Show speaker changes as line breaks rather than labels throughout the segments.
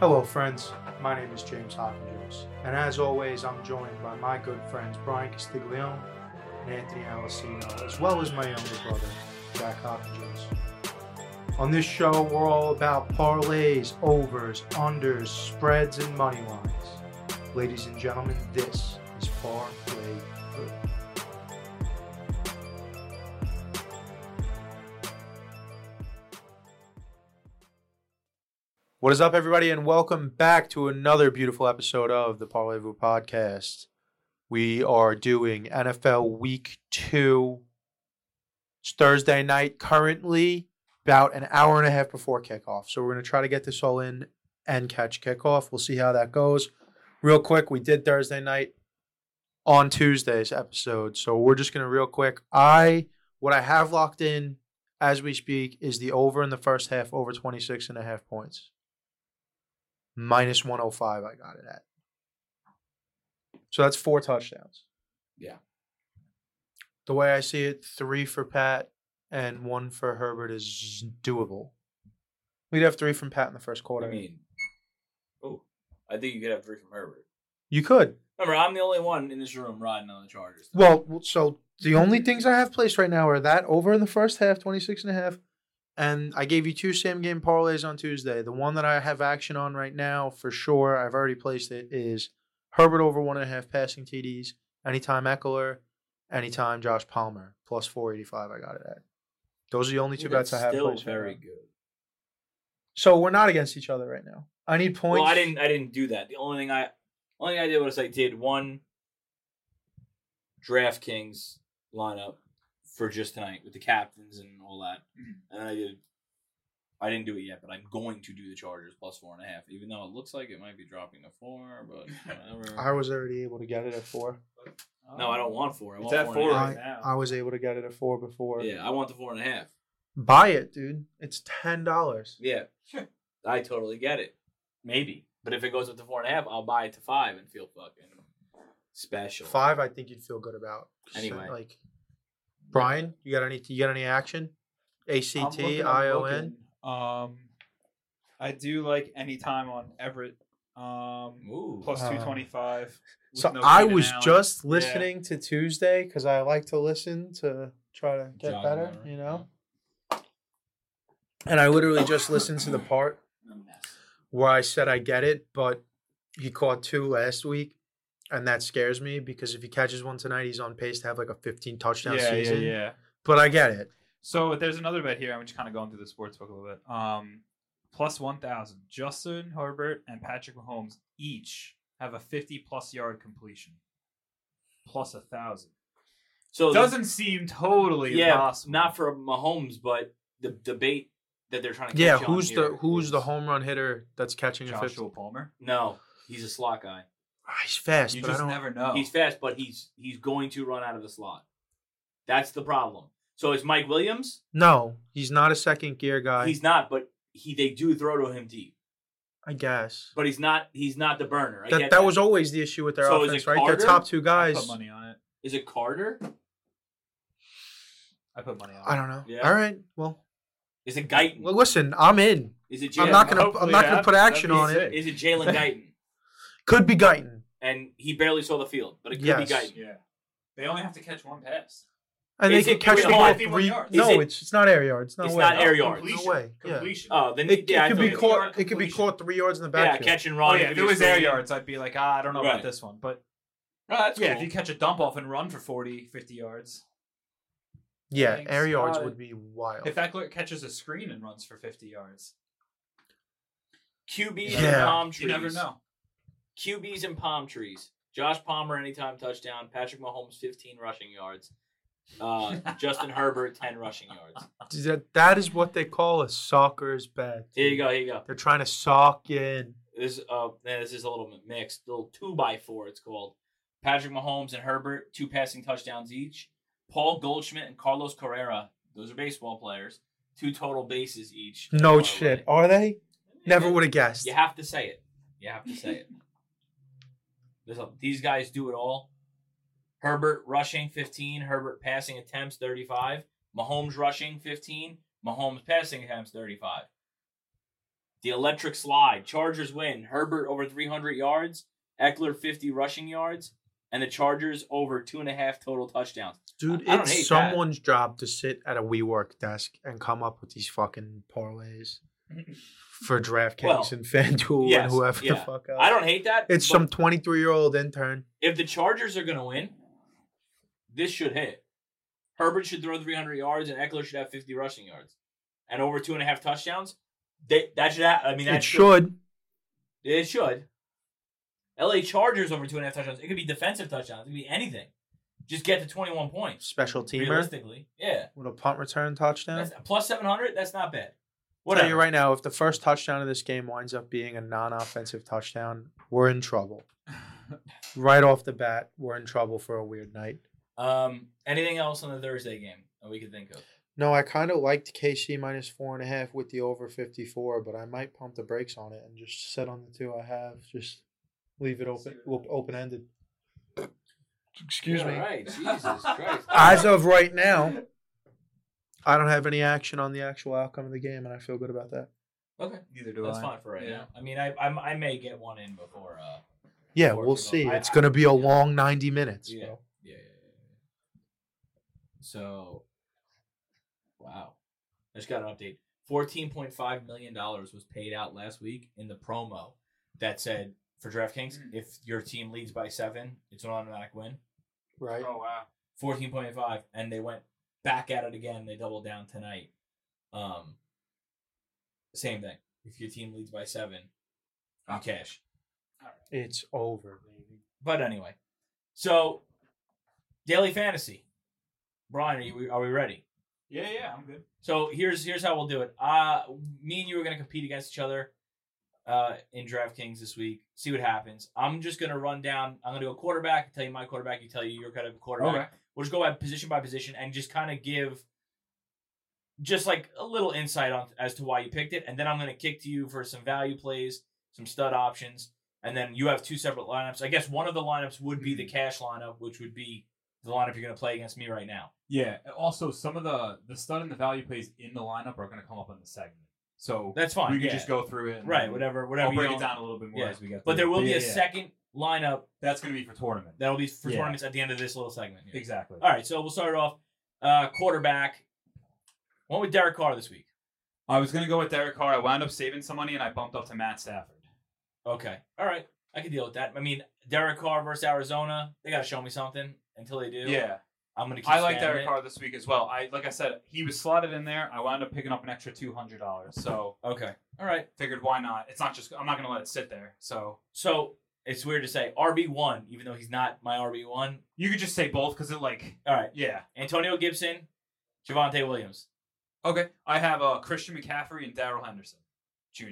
Hello, friends. My name is James Hopkins, and as always, I'm joined by my good friends Brian Castiglione and Anthony Alessino, as well as my younger brother, Jack Hopkins. On this show, we're all about parlays, overs, unders, spreads, and money lines. Ladies and gentlemen, this is Parlay Proof. What is up, everybody, and welcome back to another beautiful episode of the Parlez-Vous podcast. We are doing NFL Week Two. It's Thursday night currently, about an hour and a half before kickoff. So we're going to try to get this all in and catch kickoff. We'll see how that goes. Real quick, we did Thursday night on Tuesday's episode, so we're just going to real quick. I what I have locked in as we speak is the over in the first half over 26 and a half points minus 105 i got it at so that's four touchdowns
Yeah.
the way i see it three for pat and one for herbert is doable we'd have three from pat in the first
What
quarter
I mean, oh, I think you could have three from Herbert.
you could
Remember, I'm the only one in this room riding on the Chargers.
well so the only things i have placed right now are that over in the first half 26 and a half and i gave you two same game parlays on tuesday the one that i have action on right now for sure i've already placed it is herbert over one and a half passing tds anytime eckler anytime josh palmer plus 485 i got it at those are the only two bets i have
Still
placed right
very
now.
good.
so we're not against each other right now i need points
Well, I didn't. I didn't do that. The only thing I, only thing I did was I did one DraftKings lineup for just tonight with the captains and all that, and then I did. I didn't do it yet, but I'm going to do the Chargers plus four and a half, even though it looks like it might be dropping to four. But whatever.
I was already able to get it at four
no, I don't want four. I
It's
want
at
four and a
four
half.
right now.
i was able to get it at four before
Yeah, I want the four and a half.
buy it dude it's ten dollars
Yeah, I totally get it. Maybe, but if it goes up to four and a half, I'll buy it to five and feel fucking special.
Five, I think you'd feel good about.
Anyway.
like Brian, you got any? You got any action? ACT,
I'm looking, I'm
ION.
looking. Um, I do like any time on Everett. Um,
Ooh.
plus
Uh,
two twenty five.
So I was just listening to Tuesday because I like to listen to try to get
Jog
better,
memory,
you know. And I literally just listened to the part where I said I get it, but he caught two last week, and that scares me because if he catches one tonight, he's on pace to have like a 15 touchdown
Yeah, yeah,
season.
yeah.
But I get it.
So there's another bet here. I'm just kind of going through the sports book a little bit. Um, plus one thousand. Justin Herbert and Patrick Mahomes each have a fifty plus yard completion. Plus a thousand.
So
Doesn't seem totally
yeah,
impossible.
not for Mahomes, but the debate that they're trying to catch
Yeah,
on
who's the
here
who's the
is-
home run hitter that's catching a 50?
Joshua Palmer.
No, he's a slot guy.
Ah, He's fast,
You
but I
just
don't.
never know.
He's fast, but he's he's going to run out of the slot. That's the problem. So it's Mike Williams.
No, he's not a second gear guy.
He's not, but he they do throw to him deep,
I guess
but he's not he's not the burner. I
that,
get
that was always the issue with their
So is
offense,
it
right?
Carter?
Their top two
I
guys.
put money on it.
is it Carter?
I put money on.
I don't know.
Yeah. Hmm.
All right. Well,
Is it Guyton?
well, listen, I'm in.
Is it
I'm
Jalen?
not gonna-
Hopefully
not
it
gonna put
happens.
action
That'd
on
be
it.
sick.
Is it Jalen Guyton?
Could be Guyton,
And he barely saw the field, but it could
Yes.
be Guyton.
Yeah. They only have to catch one pass.
and
Is
they
it
could catch the
really
ball.
hard?
Three,
51 yards.
no,
Is it-
it's it's not air yards. No
It's
way.
not air
No,
yards.
completion,
No way, yeah.
Completion.
Oh, then
It,
yeah, I
it could
feel
be
you.
caught-
caught. It could be
completion.
caught three yards in the
Yeah,
backfield.
catch and
Oh,
run.
yeah.
could
If
be
it
a
was air
screen.
yards, I'd be like, ah, I don't know
Right.
about this one. But
Oh, that's
yeah,
cool.
if you catch a dump off and run for 40, 50 yards.
yeah,
Thanks,
air yards
God.
would be wild.
If Eckler catches a screen and runs for 50 yards,
QBs
Yeah.
and palm trees.
you never know.
QBs and palm trees. Josh Palmer anytime touchdown. Patrick Mahomes 15 rushing yards. Uh, Justin Herbert 10 rushing yards.
that, that is what they call a soccer's bet.
Here you go. Here you go.
They're trying to sock in.
This uh, man, this is a little mixed. Little two by four. It's called. Patrick Mahomes and Herbert two passing touchdowns each. Paul Goldschmidt and Carlos Carrera. Those are baseball players. Two total bases each.
No
By the
shit.
way.
Are they? Never
Yeah.
would have guessed.
You have to say it. You have to say it. There's a- these guys do it all. Herbert rushing 15, Herbert passing attempts 35, Mahomes rushing 15, Mahomes passing attempts 35. The electric slide. Chargers win. Herbert over 300 yards. Eckler 50 rushing yards. And the Chargers over two and a half total touchdowns.
Dude,
I- I don't hate
it's
that.
someone's job to sit at a WeWork desk and come up with these fucking parlays for DraftKings
Well,
and FanDuel
yes,
and whoever the
yeah.
fuck else.
I don't hate that.
it's
but
some 23 year old intern.
If the Chargers are going to win, this should hit. Herbert should throw 300 yards, and Eckler should have 50 rushing yards, and over two and a half touchdowns. They, that should. ha- I mean, that
It should.
It should. LA Chargers over two and a half touchdowns. It could be defensive touchdowns. It could be anything. Just get to 21 points.
Special teamer
Realistically. Yeah.
with a punt return touchdown.
That's, plus 700, that's not bad.
Tell you
Whatever.
right now, if the first touchdown of this game winds up being a non offensive touchdown, we're in trouble. Right off the bat, we're in trouble for a weird night.
Um, anything else on the Thursday game that we could think of?
No, I kind of liked KC minus four and a half with the over 54, but I might pump the brakes on it and just sit on the two I have. Just leave it open, open ended. Excuse me.
All right. Jesus Christ.
As of right now, I don't have any action on the actual outcome of the game, and I feel good about that.
Okay.
Neither do
That's
I.
fine for right
Yeah.
now. I mean, I, I'm, I may get one in before. Uh,
Yeah,
Before
we'll
we go-
see.
I-
It's going to be a
I-
long 90 minutes.
Yeah.
bro.
yeah, yeah, yeah, yeah. So, wow. I just got an update. $14.5 million was paid out last week in the promo that said for DraftKings,
Mm.
if your team leads by seven, it's an automatic win.
Right?
Oh wow.
14.5 and they went back at it again they doubled down tonight um same thing if your team leads by seven you
Ah.
cash
It's over, baby.
but anyway so daily fantasy brian are, you, are we ready
Yeah, yeah, I'm good.
so here's here's how we'll do it uh me and you are going to compete against each other uh in draftkings this week see what happens i'm just going to run down i'm going to go quarterback tell you my quarterback you tell you your kind of quarterback we'll just go by position by position and just kind of give just like a little insight on as to why you picked it and then i'm going to kick to you for some value plays some stud options and then you have two separate lineups i guess one of the lineups would be the
Mm-hmm.
cash lineup which would be the lineup you're going to play against me right now
Yeah. Also, some of the the stud and the value plays in the lineup are going to come up in the segment, so
that's fine
we can
yeah.
just go through it. and
right
then
whatever whatever
I'll
you
break it
don't-
down a little bit more
yeah.
as we go.
but
through
there
it.
will be
yeah,
a
yeah.
second lineup
That's going to be for tournament.
that'll be for
Yeah.
tournaments at the end of this little segment here.
Exactly.
all right so we'll start off uh quarterback went with derek carr this week
I was going to go with Derek Carr. I wound up saving some money and I bumped up to Matt Stafford.
Okay. All right. I can deal with that. I mean, Derek Carr versus Arizona, they got to show me something. Until they do,
Yeah.
I'm going to keep
I like
spamming
Derek
it.
Carr this week as well. I like I said, he was slotted in there. I wound up picking up an extra two hundred dollars. So
Okay. All right.
figured why not? It's not just I'm not gonna let it sit there. So
So it's weird to say RB1, even though he's not my RB1. All
you could just say both because it like
right.
yeah.
Antonio Gibson, Javante Williams.
Okay. I have uh Christian McCaffrey and Daryl Henderson Jr.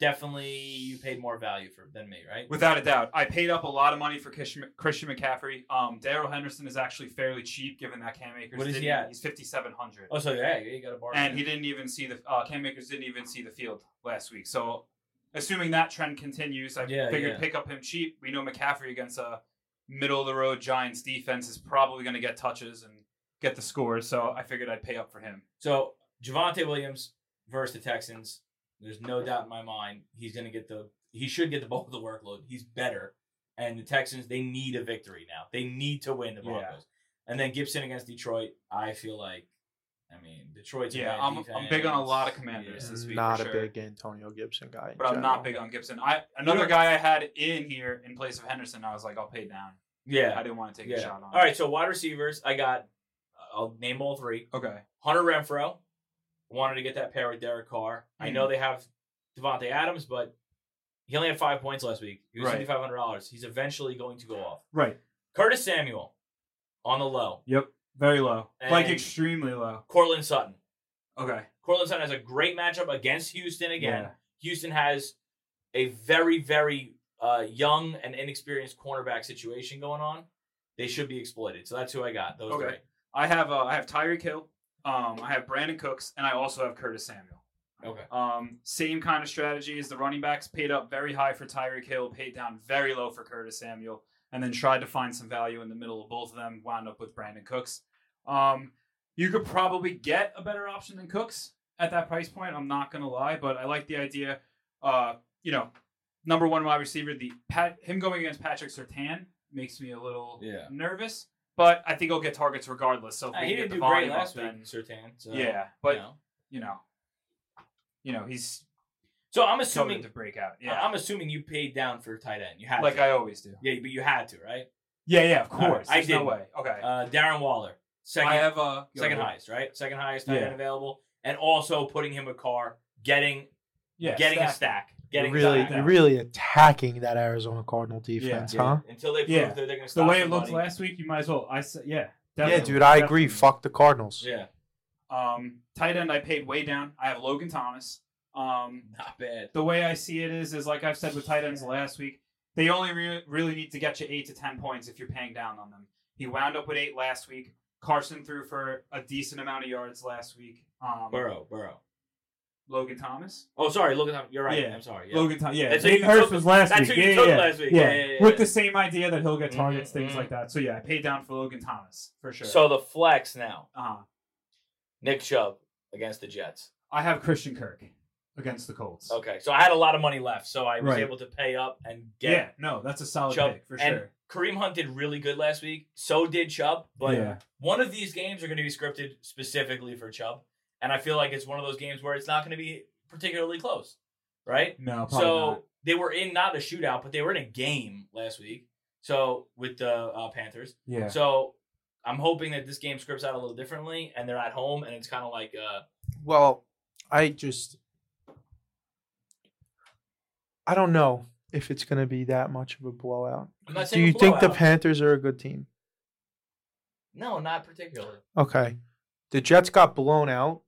Definitely you paid more value for than me, right?
Without a doubt. I paid up a lot of money for Christian Christian McCaffrey. Um Daryl Henderson is actually fairly cheap given that Cam Akers
What is he
didn't-
at?
he's fifty seven hundred.
Oh, so yeah, you got a bar.
and he didn't even see the uh, Cam Akers didn't even see the field last week. So, assuming that trend continues, I
Yeah,
figured
yeah.
pick up him cheap. We know McCaffrey against a middle of the road Giants defense is probably going to get touches and get the scores. So I figured I'd pay up for him.
So Javante Williams versus the Texans. There's no doubt in my mind he's going to get the he should get the bulk of the workload. He's better, and the Texans they need a victory now. They need to win the
Yeah.
Broncos. And then Gibson against Detroit, I feel like, I mean Detroit's a
Yeah,
bad
I'm- I'm
defense.
big on a lot of commanders.
Yeah.
This week
Not
for
a
sure.
big Antonio Gibson guy. in
But I'm
general.
not big on Gibson. I another guy I had in here in place of Henderson. I was like, I'll pay down. I
Yeah.
didn't want to take a
Yeah.
shot on.
All right, so wide receivers, I got. I'll name all three.
Okay.
Hunter Renfro wanted to get that pair with Derek Carr. I
Mm-hmm.
know they have Devontae Adams, but he only had five points last week. He was
Right.
fifty five hundred dollars. He's eventually going to go off.
Right.
Curtis Samuel on the low.
Yep. Very low.
Like,
extremely low.
Cortland Sutton.
Okay.
Cortland Sutton has a great matchup against Houston again. Houston has a very, very uh, young and inexperienced cornerback situation going on. They should be exploited. So that's who I got. Those
Okay.
three.
I have uh, I have Tyreek Hill, um, I have Brandon Cooks, and I also have Curtis Samuel.
Okay.
Um, same kind of strategy as the running backs. Paid up very high for Tyreek Hill, paid down very low for Curtis Samuel, and then tried to find some value in the middle of both of them. Wound up with Brandon Cooks. Um, you could probably get a better option than Cooks at that price point. I'm not gonna lie, but I like the idea. Uh, you know, number one wide receiver, the Pat, him going against Patrick Sertan makes me a little
Yeah.
nervous. But I think he'll get targets regardless. So if
Uh,
we
he
can get
didn't
the
do
volume
great
up,
last week,
then-
Sertan. So,
yeah, but
you know.
you know, you know, he's
so I'm
coming
assuming
to break out.
yeah.
Yeah,
I'm assuming you paid down for tight end. You had
like
to.
I always do.
yeah, but you had to, right?
Yeah, yeah, of
All right,
course.
I
There's no
didn't.
way. Okay,
Uh, Darren Waller, second
I have a
second highest, right? Second highest tight
Yeah.
end available, and also putting him a car, getting
Yeah,
getting a
stack.
stack, getting
you're really,
stacked.
you're really attacking that Arizona Cardinal defense,
Yeah,
huh?
Until they prove
Yeah.
that they're going to
The
stop
way it looked
somebody.
last week, you might as well. I said, yeah,
Yeah,
definitely,
dude, I agree.
definitely.
Fuck the Cardinals.
Yeah,
Um, tight end, I paid way down. I have Logan Thomas. Um,
not bad.
the way I see it is, is like I've said with tight ends last week, they only re- really need to get you eight to ten points if you're paying down on them. He wound up with eight last week. Carson threw for a decent amount of yards last week. Um,
Burrow, Burrow.
Logan Thomas.
Oh, sorry, look at him. You're right.
Yeah.
I'm sorry. Yeah.
Logan Thomas. Yeah,
That's who
Hayden
you
Hurst
took-
was last
that's
week.
who you
yeah,
took
yeah,
last week.
Yeah.
Yeah, yeah, yeah,
with
yeah.
the same idea that he'll get
Mhm,
targets, things
mhm.
like that. So yeah, I paid down for Logan Thomas for sure.
So the flex now,
uh,
Nick Chubb against the Jets.
I have Christian Kirk against the Colts.
Okay, so I had a lot of money left, so I was
Right.
able to pay up and get.
Yeah, no, that's a solid
Chubb
pick for
and-
sure.
Kareem Hunt did really good last week. So did Chubb, but
yeah,
one of these games are going to be scripted specifically for Chubb, and I feel like it's one of those games where it's not going to be particularly close, right?
no, probably
so
not.
they were in not a shootout, but they were in a game last week. So with the uh, Panthers,
Yeah,
so I'm hoping that this game scripts out a little differently, and they're at home, and it's kind of like uh,
Well, I just I don't know if it's going to be that much of a blowout.
I'm not
Do
saying a
you think the
blowout.
Panthers are a good team?
no, not particularly.
Okay. The Jets got blown out,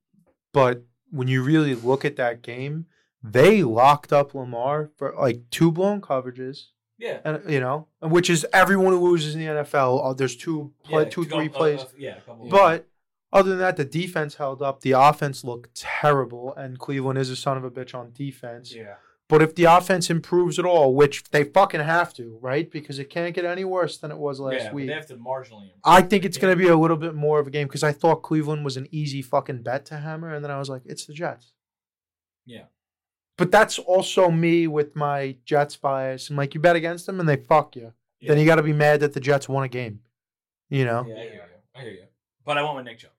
but when you really look at that game, they locked up Lamar for like two blown coverages,
Yeah,
and you know, which is everyone who loses in the NFL. uh, There's two, play,
yeah,
two,
a couple-
three
a-
plays.
a- yeah, a couple.
But other than that, the defense held up. The offense looked terrible, and Cleveland is a son of a bitch on defense.
yeah,
But if the offense improves at all, which they fucking have to, right? Because it can't get any worse than it was
yeah,
last
but
week.
they have to marginally. improve.
I think it's going to be a little bit more of a game because I thought Cleveland was an easy fucking bet to hammer, and then I was like, it's the Jets.
Yeah.
But that's also me with my Jets bias. I'm like, you bet against them and they fuck you.
Yeah.
Then you got to be mad that the Jets won a game. You know?
Yeah, I hear you. I hear you. But I went with Nick Chubb.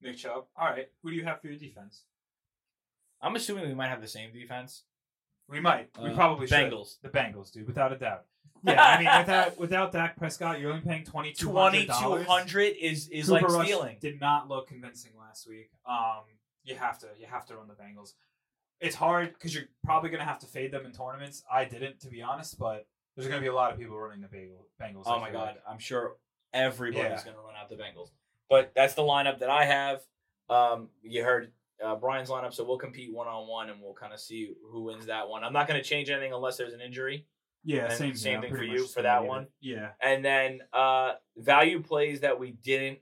Nick Chubb. All right, who do you have for your defense?
I'm assuming we might have the same defense.
We might, we
Uh,
probably should.
Bengals.
the Bengals, dude, without a doubt. Yeah, I mean, without without Dak Prescott, you're only paying twenty two
Twenty
hundred
two
dollars.
hundred is is
Cooper
like
Rush
stealing.
Did not look convincing last week. Um, you have to you have to run the Bengals. It's hard because you're probably going to have to fade them in tournaments. I didn't, to be honest, but there's going to be a lot of people running the Bagel- Bengals. I
Oh my
feel
god,
like.
I'm sure everybody's
Yeah.
gonna run out the Bengals. But that's the lineup that I have. Um, you heard uh, Brian's lineup, so we'll compete one on one and we'll kind of see who wins that one. I'm not gonna change anything unless there's an injury.
Yeah,
And
same here.
same
I'm
thing
pretty
for
much
you
just
for
gonna
that
leave it.
one.
Yeah,
And then uh, value plays that we didn't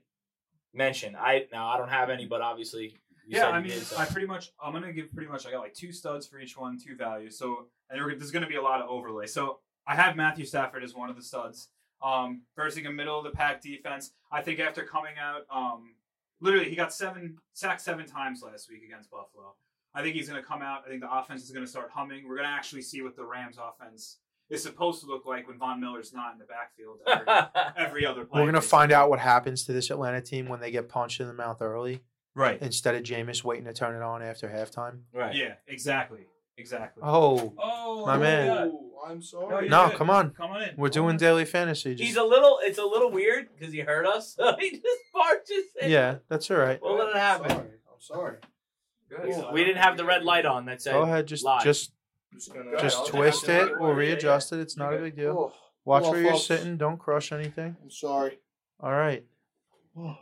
mention. I now I don't have any, but obviously you
yeah.
said
I
you
mean,
did, so-
I pretty much I'm gonna give pretty much I got like two studs for each one, two values. So and we're, there's gonna be a lot of overlay. So I have Matthew Stafford as one of the studs. Um, versing a middle of the pack defense. I think after coming out, um, literally he got seven sacked seven times last week against Buffalo. I think he's gonna come out. I think the offense is gonna start humming. We're gonna actually see what the Rams offense is supposed to look like when Von Miller's not in the backfield every, every other play.
We're going to
basically.
find out what happens to this Atlanta team when they get punched in the mouth early
Right.
instead of Jameis waiting to turn it on after halftime.
right.
Yeah. Exactly. Exactly.
Oh,
Oh
My man.
I'm
No,
sorry.
you're
no,
good.
come on.
Come on in.
We're
Come
doing
on.
daily fantasy. Just-
He's a little. It's a little weird because he heard us. So he just barges in.
yeah, that's all right.
We'll let it happen.
Sorry. I'm sorry.
Good.
We didn't have the red light on that said.
Go ahead, just
live.
just
I'm just gonna-
just
I'll take
twist it.
the other
We'll
one. Yeah, yeah.
readjust it. It's not a big deal.
Oh,
Watch
Well,
where you're
folks-
sitting. Don't crush anything.
I'm sorry.
All right.
Oh,
All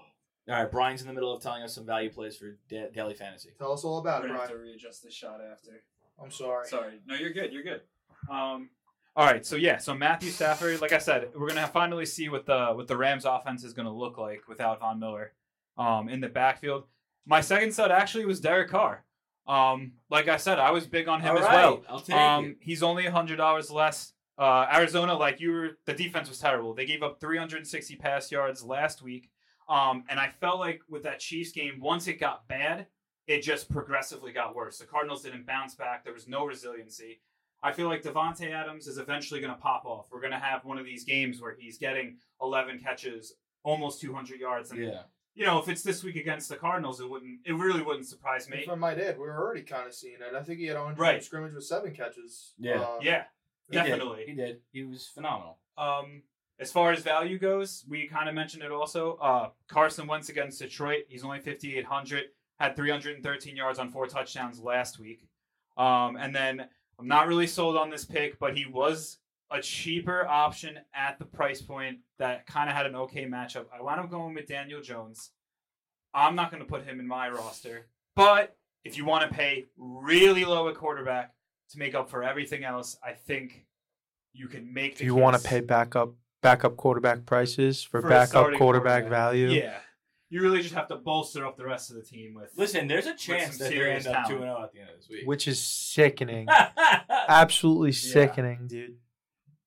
right, Brian's in the middle of telling us some value plays for da- daily fantasy.
Tell us all about
I'm
it,
gonna have
Brian.
to readjust the shot after.
I'm sorry.
Sorry. No, you're good. You're good. Um, all right. So yeah. So Matthew Stafford, like I said, we're gonna finally see what the what the Rams offense is gonna look like without Von Miller, um, in the backfield. My second stud actually was Derek Carr. Um, like I said, I was big on him
All
as
right,
well.
I'll take it.
Um, he's only hundred dollars less. Uh, Arizona, like you were, the defense was terrible. They gave up 360 pass yards last week. Um, and I felt like with that Chiefs game, once it got bad, it just progressively got worse. The Cardinals didn't bounce back. There was no resiliency. I feel like Devonte Adams is eventually going to pop off. We're going to have one of these games where he's getting 11 catches, almost 200 yards, and
Yeah.
you know, if it's this week against the Cardinals, it wouldn't. It really wouldn't surprise me.
If I might add, we were already kind of seeing it. I think he had 100
Right.
scrimmage with seven catches.
Yeah.
Uh,
Yeah,
He did.
Definitely.
He did. He was phenomenal.
Um, as far as value goes, we kind of mentioned it also. Uh, Carson Wentz against Detroit. He's only 5,800. Had 313 yards on four touchdowns last week. Um, and then I'm not really sold on this pick, but he was a cheaper option at the price point that kind of had an okay matchup. I wound up going with Daniel Jones. I'm not going to put him in my roster, but if you want to pay really low at quarterback to make up for everything else, I think you can make.
If
The
you want to pay
case.
backup backup quarterback prices for,
For a
backup
starting
quarterback,
quarterback.
value,
Yeah. You really just have to bolster up the rest of the team with.
Listen, there's a
some
chance that they
serious
end up
talent.
two and zero at the end of this week.
which is sickening,
I
absolutely sickening, dude.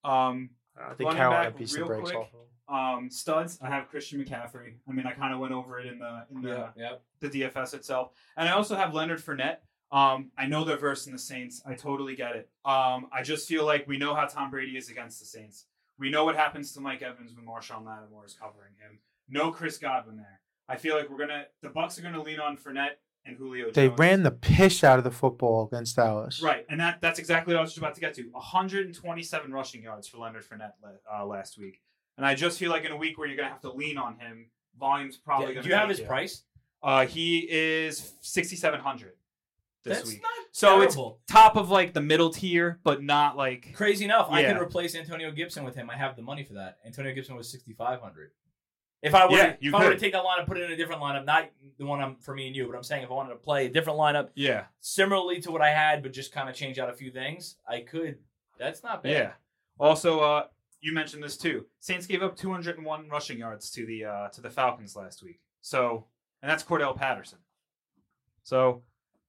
Um,
I think
Running
Carolina
back
piece the
real
brakes
quick.
off. of him.
um, studs. I have Christian McCaffrey. I mean, I kind of went over it in the in the
Yep.
the DFS itself, and I also have Leonard Fournette. Um, I know they're versed in the Saints. I totally get it. Um, I just feel like we know how Tom Brady is against the Saints. We know what happens to Mike Evans when Marshawn Lattimore is covering him. No Chris Godwin there. I feel like we're gonna the Bucks are gonna lean on Fournette and Julio.
They
Jones.
ran the piss out of the football against Dallas.
Right, and that that's exactly what I was just about to get to. 127 rushing yards for Leonard Fournette la- uh, last week, and I just feel like in a week where you're going to have to lean on him, volume's probably
Yeah,
going
do
to.
you have his price?
Uh, he is 6,700 this
That's
week.
not
So it's-
terrible.
Top of like the middle tier, but not like.
Crazy enough, I can
Yeah.
replace Antonio Gibson with him. I have the money for that. Antonio Gibson was sixty five hundred. If I were
Yeah, you
if I were to
could.
take that lineup, put it in a different lineup, not the one I'm, for me and you, but I'm saying if I wanted to play a different lineup,
Yeah,
similarly to what I had, but just kind of change out a few things, I could. That's not bad.
yeah. Also, uh, you mentioned this too. Saints gave up 201 rushing yards to the uh, to the Falcons last week. So, and that's Cordell Patterson. So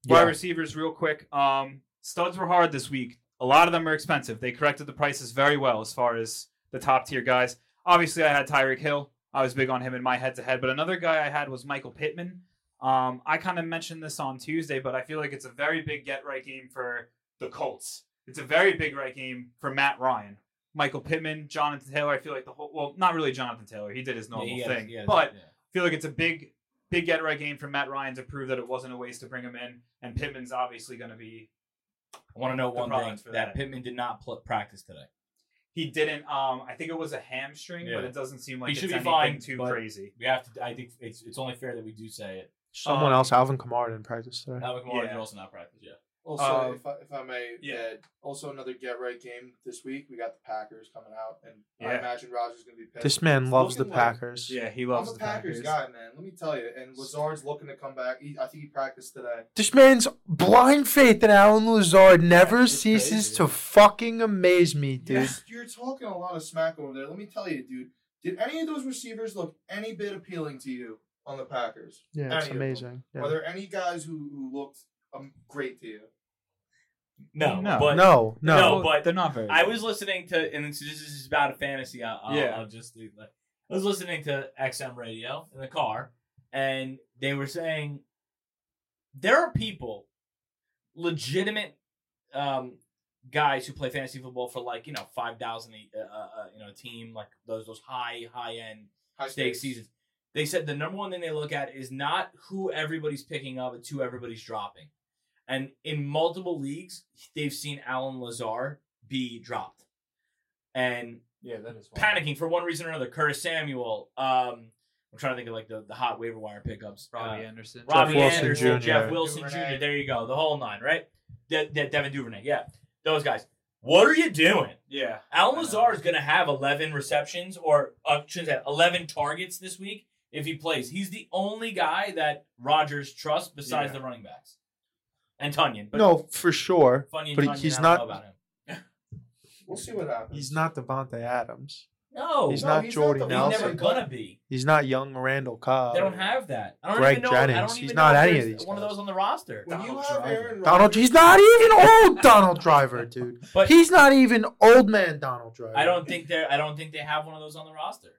Yeah.
Wide receivers, real quick. Um, studs were hard this week. A lot of them are expensive. They corrected the prices very well as far as the top tier guys. Obviously, I had Tyreek Hill. I was big on him in my head to head. But another guy I had was Michael Pittman. Um, I kind of mentioned this on Tuesday, but I feel like it's a very big get right game for the Colts. It's a very big right game for Matt Ryan, Michael Pittman, Jonathan Taylor. I feel like the whole well, not really Jonathan Taylor. He did his normal
Yeah, he has-
thing,
he has-
but
yeah.
feel like it's a big, big get right game for Matt Ryan to prove that it wasn't a waste to bring him in. And Pittman's obviously going to be.
I want to know
the
one thing
product for
that,
that.
Pittman did not pl- practice today.
He didn't. Um, I think it was a hamstring, but
Yeah.
it doesn't seem like
He
it's
should be
anything
fine,
too
but-
crazy.
We have to. I think it's it's only fair that we do say it.
Someone
Um,
else, Alvin Kamara, didn't practice today.
Alvin Kamara did
Yeah.
also not practice. Yeah.
Also,
Um,
if, I, if I may,
yeah.
add, also another get right game this week. We got the Packers coming out, and I
Yeah.
imagine Rogers going to be pissed.
This man loves the
looking like-
Packers.
Yeah, he
I'm
loves
a
the
Packers,
Packers.
guy, man. Let me tell you. And Lazard's looking to come back. He, I think he practiced today.
This man's blind faith in Alan Lazard never
it's
ceases
crazy.
to fucking amaze me, dude.
You're talking a lot of smack over there. Let me tell you, dude. Did any of those receivers look any bit appealing to you on the Packers?
Yeah, it's
Any of them.
amazing. Yeah.
Are there any guys who, who looked um, great to you?
No,
No.
but
no, no.
No, but-
they're not very.
I was listening to, and this this is about a fantasy. I, I'll,
Yeah.
I'll just leave that. I was listening to XM radio in the car, and they were saying there are people, legitimate um, guys who play fantasy football for like you know five thousand a uh, uh, you know a team like those those high high end
High
stakes seasons. They said the number one thing they look at is not who everybody's picking up, it's who everybody's dropping. And in multiple leagues, they've seen Alan Lazar be dropped. And
yeah, that is
panicking for one reason or another. Curtis Samuel. Um, I'm trying to think of like the, the hot waiver wire pickups. Uh,
Robbie Anderson.
Robbie
Jeff Wilson
Anderson,
Jr..
Jeff Wilson
Duvernay.
Jr. There you go, the whole nine, right? De- De- Devin Duvernay, yeah, those guys. What are you doing?
Yeah,
Alan
I know.
Lazar is going to have 11 receptions or uh, shouldn't say that, 11 targets this week if he plays. He's the only guy that Rodgers trusts besides
Yeah.
the running backs and Tunyon. But
no, for sure.
Funny,
but
Tunyon,
he's
I don't
not-
know about him.
We'll see what happens.
He's not Devontae Adams.
No,
He's
he's,
No,
not
he's not
Jordy
the- he's
Nelson.
never gonna be.
He's not young Randall Cobb.
They don't have that. I don't
Uh, Greg
even know. I
Jennings,
don't even
he's
know
not
if
any of
there's
these
One of
guys.
those on the roster.
when you
Donald
have
Driver.
Aaron
Donald.
Rodgers,
He's not even old Donald Driver, dude.
But
he's not even old man Donald Driver.
I don't think they are I don't think they have one of those on the roster.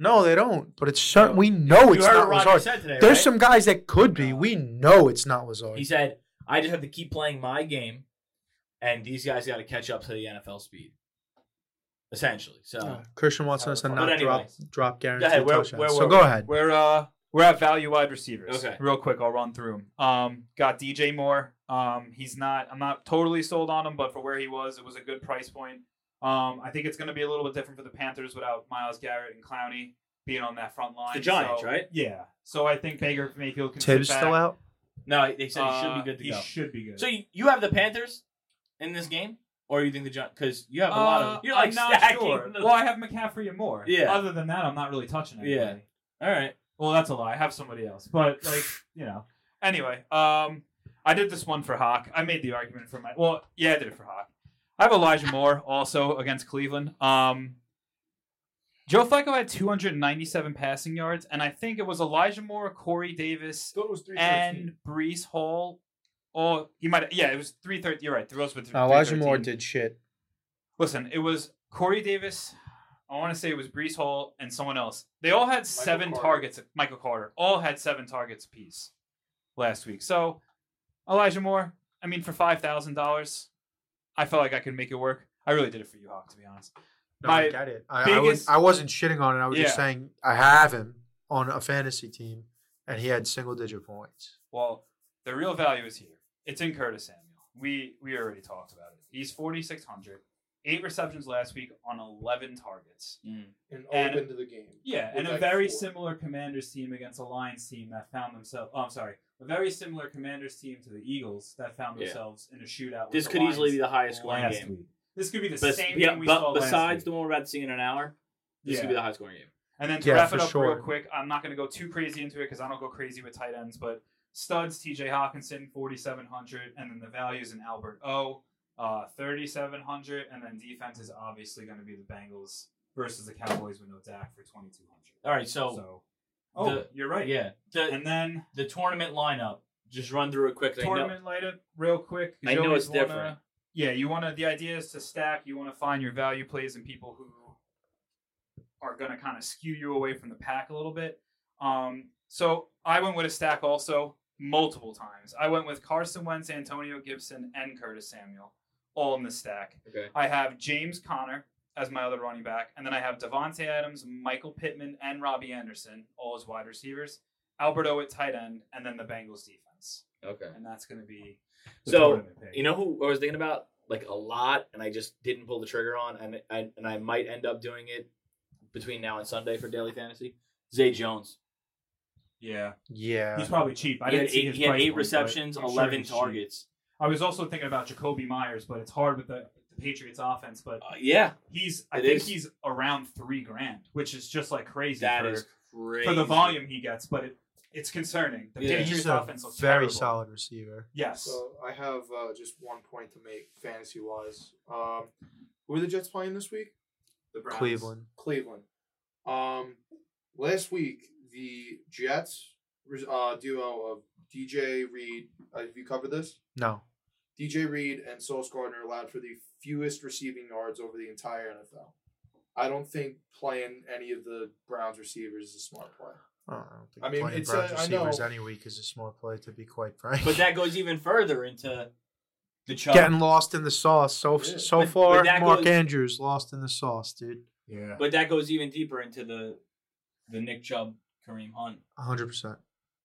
No, they don't. But it's certain. We know
you
it's
heard
not
what Roger
Lazard.
said today,
There's
right?
some guys that could be. We know it's not Lazard.
He said, "I just have to keep playing my game, and these guys got to catch up to the NFL speed." Essentially, so
Uh, Christian wants us to
But
not
anyway.
drop drop guarantee
ahead, where-
touchdowns.
where
so
were
go
we?
ahead.
We're uh we're at value wide receivers.
Okay.
Real quick, I'll run through them. Um, got DJ Moore. Um, he's not. I'm not totally sold on him, but for where he was, it was a good price point. Um, I think it's going to be a little bit different for the Panthers without Miles Garrett and Clowney being on that front line.
the Giants,
So-
right?
Yeah. So I think Baker Mayfield can.
Tibbs
sit
still
back.
out.
No, they said he
Uh,
should be good to
he
go.
should be good.
So you, you have the Panthers in this game, or you think the Giants? Because you have a lot
Uh,
of you're like
I'm not
stacking.
sure.
the-
Well, I have McCaffrey and Moore.
Yeah.
Other than that, I'm not really touching anybody.
Yeah. All right,
Well, that's a lie. I have somebody else, but like you know. Anyway, um, I did this one for Hawk. I made the argument for my. Well, yeah, I did it for Hawk. I have Elijah Moore also against Cleveland. Um, Joe Flacco had 297 passing yards, and I think it was Elijah Moore, Corey Davis,
Thought it was three
and Brees Hall. Oh, he might. Yeah, it was 330. You're right. The Rose with
Now, Uh, Elijah
313.
Moore did shit.
Listen, it was Corey Davis. I want to say it was Brees Hall and someone else. They all had seven
Carter.
targets. Michael Carter all had seven targets apiece last week. So Elijah Moore. I mean, for five thousand dollars, I felt like I could make it work. I really did it for you, Hawk, to be honest.
No, I
My
get it. I, I, was,
biggest-
I wasn't shitting on it. I was just
Yeah.
saying I have him on a fantasy team, and he had single digit points.
Well, the real value is here. It's in Curtis Samuel. We we already talked about it. He's forty six hundred, eight receptions last week on eleven targets.
and
and-
opened to the game.
Yeah,
With
and a
like
very
four.
similar Commanders team against a Lions team that found themselves. Oh, I'm sorry, a very similar Commanders team to the Eagles that found
Yeah.
themselves in a shootout. With
this
the
could
Lions
easily be the highest scoring
last
game.
Week. This could be the
Bes-
same
yeah,
thing we
but
saw
besides
last
the
week.
one we're about to see in an hour, this could be
Yeah.
the highest scoring game.
And then to
Yeah,
wrap
for
it up
sure.
real quick, I'm not going to go too crazy into it because I don't go crazy with tight ends, but studs T.J. Hawkinson 4,700, and then the values in Albert O. Uh, 3,700, and then defense is obviously going to be the Bengals versus the Cowboys with no Dak for 2,200.
all right. So,
So, oh,
the-
you're right.
yeah,
The
And then
the tournament lineup.
just run through it quick. 'cause I know-
tournament light up real quick. 'cause
I
you
know
always
it's
wanna-
different.
Yeah, you want to. The idea is to stack. You want to find your value plays and people who are going to kind of skew you away from the pack a little bit. Um, so I went with a stack also multiple times. I went with Carson Wentz, Antonio Gibson, and Curtis Samuel, all in the stack.
Okay.
I have James Conner as my other running back, and then I have Devonte Adams, Michael Pittman, and Robbie Anderson, all as wide receivers. Alberto at tight end, and then the Bengals defense
Okay.
and that's going to be
So, You know who I was thinking about like a lot, and I just didn't pull the trigger on, and I, and I might end up doing it between now and Sunday for daily fantasy. Zay Jones.
yeah,
Yeah.
he's probably cheap. I
he had
didn't see
eight,
his
he had
price
eight
point, but
receptions,
I'm sure
eleven
he's cheap.
targets.
I was also thinking about Jacoby Myers, but it's hard with the, the Patriots offense. But
Uh, yeah,
he's, I
it
think
is.
he's around three grand, which is just like crazy
that
for,
is crazy
for the volume he gets. But it, it's concerning. The
Yeah.
Patriots
He's a
offense looks
very
terrible.
solid receiver.
Yes,
So I have uh, just one point to make fantasy wise. Um, who are the Jets playing this week? The Browns.
Cleveland.
Cleveland. Um, last week the Jets res- uh, duo of DJ Reed. Uh, have you covered this?
No.
DJ Reed and Sauce Gardner allowed for the fewest receiving yards over the entire NFL. I don't think playing any of the Browns receivers is a smart play.
I don't think
I mean,
playing
it's
Browns
a- I know.
receivers any week is a smart play, to be quite frank.
But that goes even further into the Chubb.
Getting lost in the sauce. So
Yeah.
so
But-
far,
but that
Mark
goes-
Andrews lost in the sauce, dude.
yeah.
but that goes even deeper into the the Nick Chubb, Kareem Hunt
hundred percent.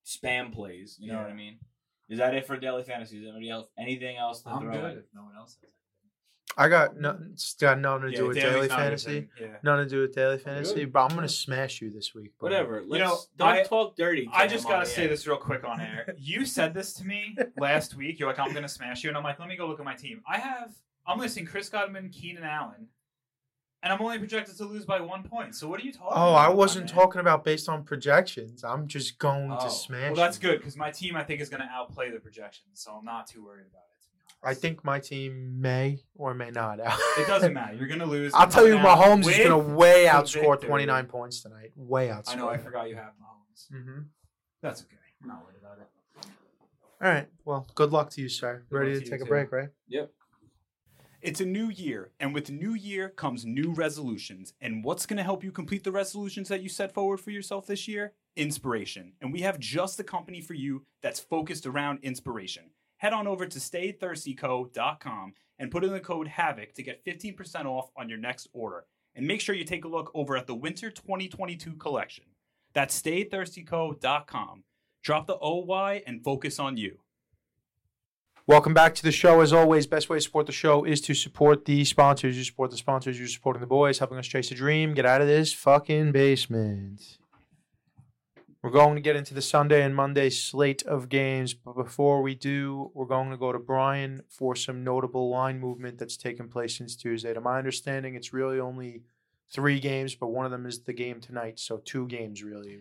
spam plays. You know
Yeah.
what I mean? Is that it for daily fantasy? Is anybody else anything else to
I'm
throw?
good.
in?
If no one else has it.
I got nothing. It's got nothing to do with
Daly's
daily
not
fantasy.
anything. Yeah.
Nothing to do with daily fantasy.
good.
But I'm gonna smash you this week. bro.
Whatever. Let's,
know,
don't
I-
talk dirty. to
I
him
just
on
gotta
the
say
air.
this real quick on air. You said this to me last week. You're like, I'm gonna smash you, and I'm like, let me go look at my team. I have I'm listing Chris Godwin, Keenan Allen, and I'm only projected to lose by one point. So what are you talking?
Oh,
about,
I
my
wasn't
man?
talking about based on projections. I'm just going
Oh.
to smash.
Well, that's
you.
good because my team I think is gonna outplay the projections, so I'm not too worried about it. To be
I
honest.
think my team may or may not.
it doesn't matter. You're gonna lose.
I'll tell you,
Come down
Mahomes is
with-
gonna way
the
outscore
victory.
29 points tonight. Way outscore.
I know. I forgot you have Mahomes.
Mm-hmm.
That's okay. I'm not worried about it.
All right. Well, good luck to you, sir.
Good
Ready
luck
to
to you
take a
too.
break, right?
It's a new year, and with new year comes new resolutions. And what's going to help you complete the resolutions that you set forward for yourself this year? Inspiration. And we have just the company for you that's focused around inspiration. Head on over to staythirstyco.com and put in the code HAVOC to get 15% off on your next order. And make sure you take a look over at the Winter 2022 collection. That's staythirstyco.com. Drop the OY and focus on you.
Welcome back to the show. As always, best way to support the show is to support the sponsors. You support the sponsors, you're supporting the boys, helping us chase a dream, get out of this fucking basement. We're going to get into the Sunday and Monday slate of games, but before we do, we're going to go to Brian for some notable line movement that's taken place since Tuesday. To my understanding, it's really only three games, but one of them is the game tonight, so two games really.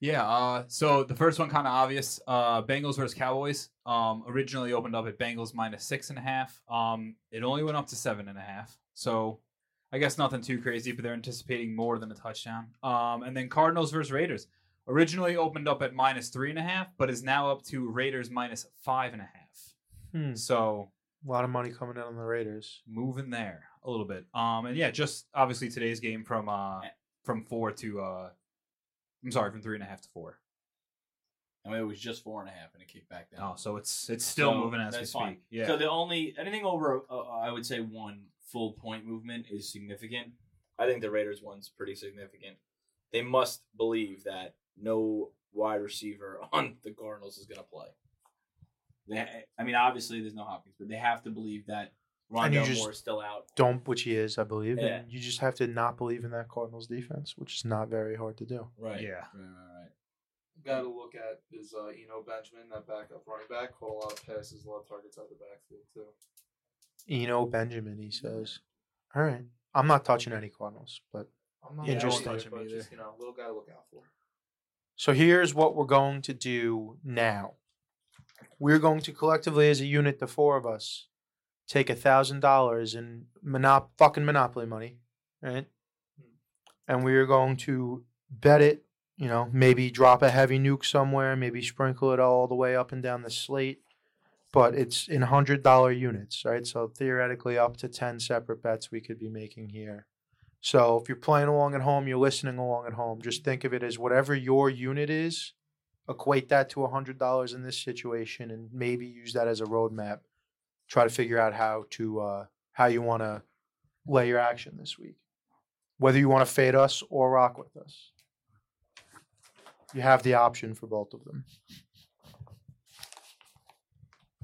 Yeah. Uh, so the first one kind of obvious. Uh, Bengals versus Cowboys. Um, originally opened up at Bengals minus six and a half. Um, it only went up to seven and a half. So I guess nothing too crazy, but they're anticipating more than a touchdown. Um, and then Cardinals versus Raiders. Originally opened up at minus three and a half, but is now up to Raiders minus five and a half.
Hmm.
So
A lot of money coming in on the Raiders.
moving there a little bit. Um, and yeah, just obviously today's game from uh from four to uh, I'm sorry, from three and a half to four.
I mean, it was just four and a half, and it kicked back down.
Oh, so it's it's still
So
moving as we
that's
speak.
fine.
Yeah.
So the only anything over, uh, I would say one full point movement is significant. I think the Raiders one's pretty significant. They must believe that no wide receiver on the Cardinals is going to play. They, I mean, obviously there's no Hopkins, but they have to believe that
And you
Rondell
just-
Moore is still out.
Don't, which he is, I believe.
Yeah.
And you just have to not believe in that Cardinals defense, which is not very hard to do.
Right.
Yeah.
Right. Right.
Got to look at is uh, Eno Benjamin, that backup running back. Caught a lot of passes, a lot of targets out of the backfield too.
Eno Benjamin, he says. All right. I'm not touching any Cardinals, but
I'm not
Yeah, don't
worried,
touch him
but
either.
Just, you know, little guy to look out for.
so here's what we're going to do now. We're going to collectively, as a unit, the four of us, take a thousand dollars in monop- fucking monopoly money, right? And we are going to bet it. You know, maybe drop a heavy nuke somewhere, maybe sprinkle it all the way up and down the slate. But it's in hundred dollar units, right? So theoretically, up to ten separate bets we could be making here. So if you're playing along at home, you're listening along at home, just think of it as whatever your unit is, equate that to $100 in this situation and maybe use that as a roadmap. Try to figure out how to uh, how you want to lay your action this week. Whether you want to fade us or rock with us. You have the option for both of them.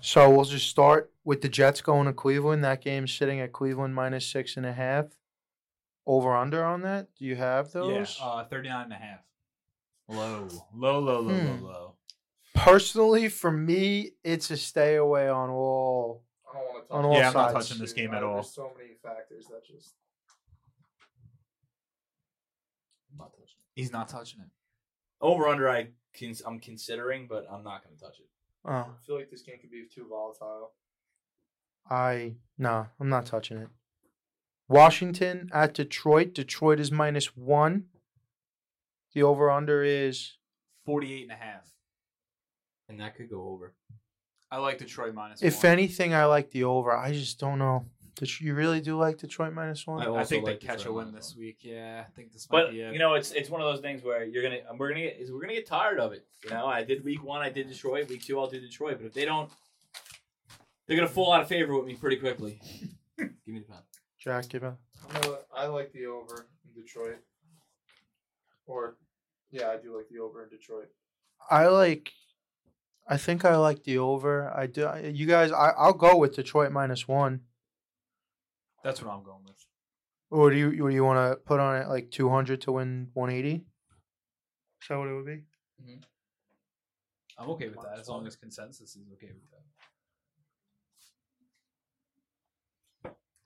So we'll just start with the Jets going to Cleveland. That game's sitting at Cleveland minus six and a half. Over under on that? Do you have those?
Yeah. Uh, 39 and a half. Low. Low, low, low,
Hmm.
low, low.
Personally, for me, it's a stay away on all.
I don't want to touch.
On
it.
all Yeah, I'm not sides.
touching this
Dude,
game at
I-
all.
There's so many factors that just
He's not touching it.
Over under, I can, I'm considering, but I'm not going to touch it.
Oh,
I feel like this game could be too volatile.
I nah, I'm not touching it. Washington at Detroit. Detroit is minus one. The over under is
48 and a half.
And that could go over.
I like Detroit minus
if
one.
anything, I like the over. I just don't know. Did you really do like Detroit minus one?
I
I
also
think
like
they catch
Detroit
a win
minus
this
one.
week. Yeah, I think this might
But
be it.
you know, it's it's one of those things where you're gonna we're gonna get we're gonna get tired of it. You know, I did week one, I did Detroit. Week two, I'll do Detroit. But if they don't, they're gonna fall out of favor with me pretty quickly. Give me the pound.
Jack, give up.
I'm gonna, I like the over in Detroit. Or, yeah, I do like the over in Detroit.
I like. I think I like the over. I do. You guys, I, I'll go with Detroit minus one.
That's what I'm going with.
Or do you or do you want to put on it like two hundred to win one eighty? Is that what it would be?
I'm okay with that
Minus
as long
one.
as consensus is okay with that.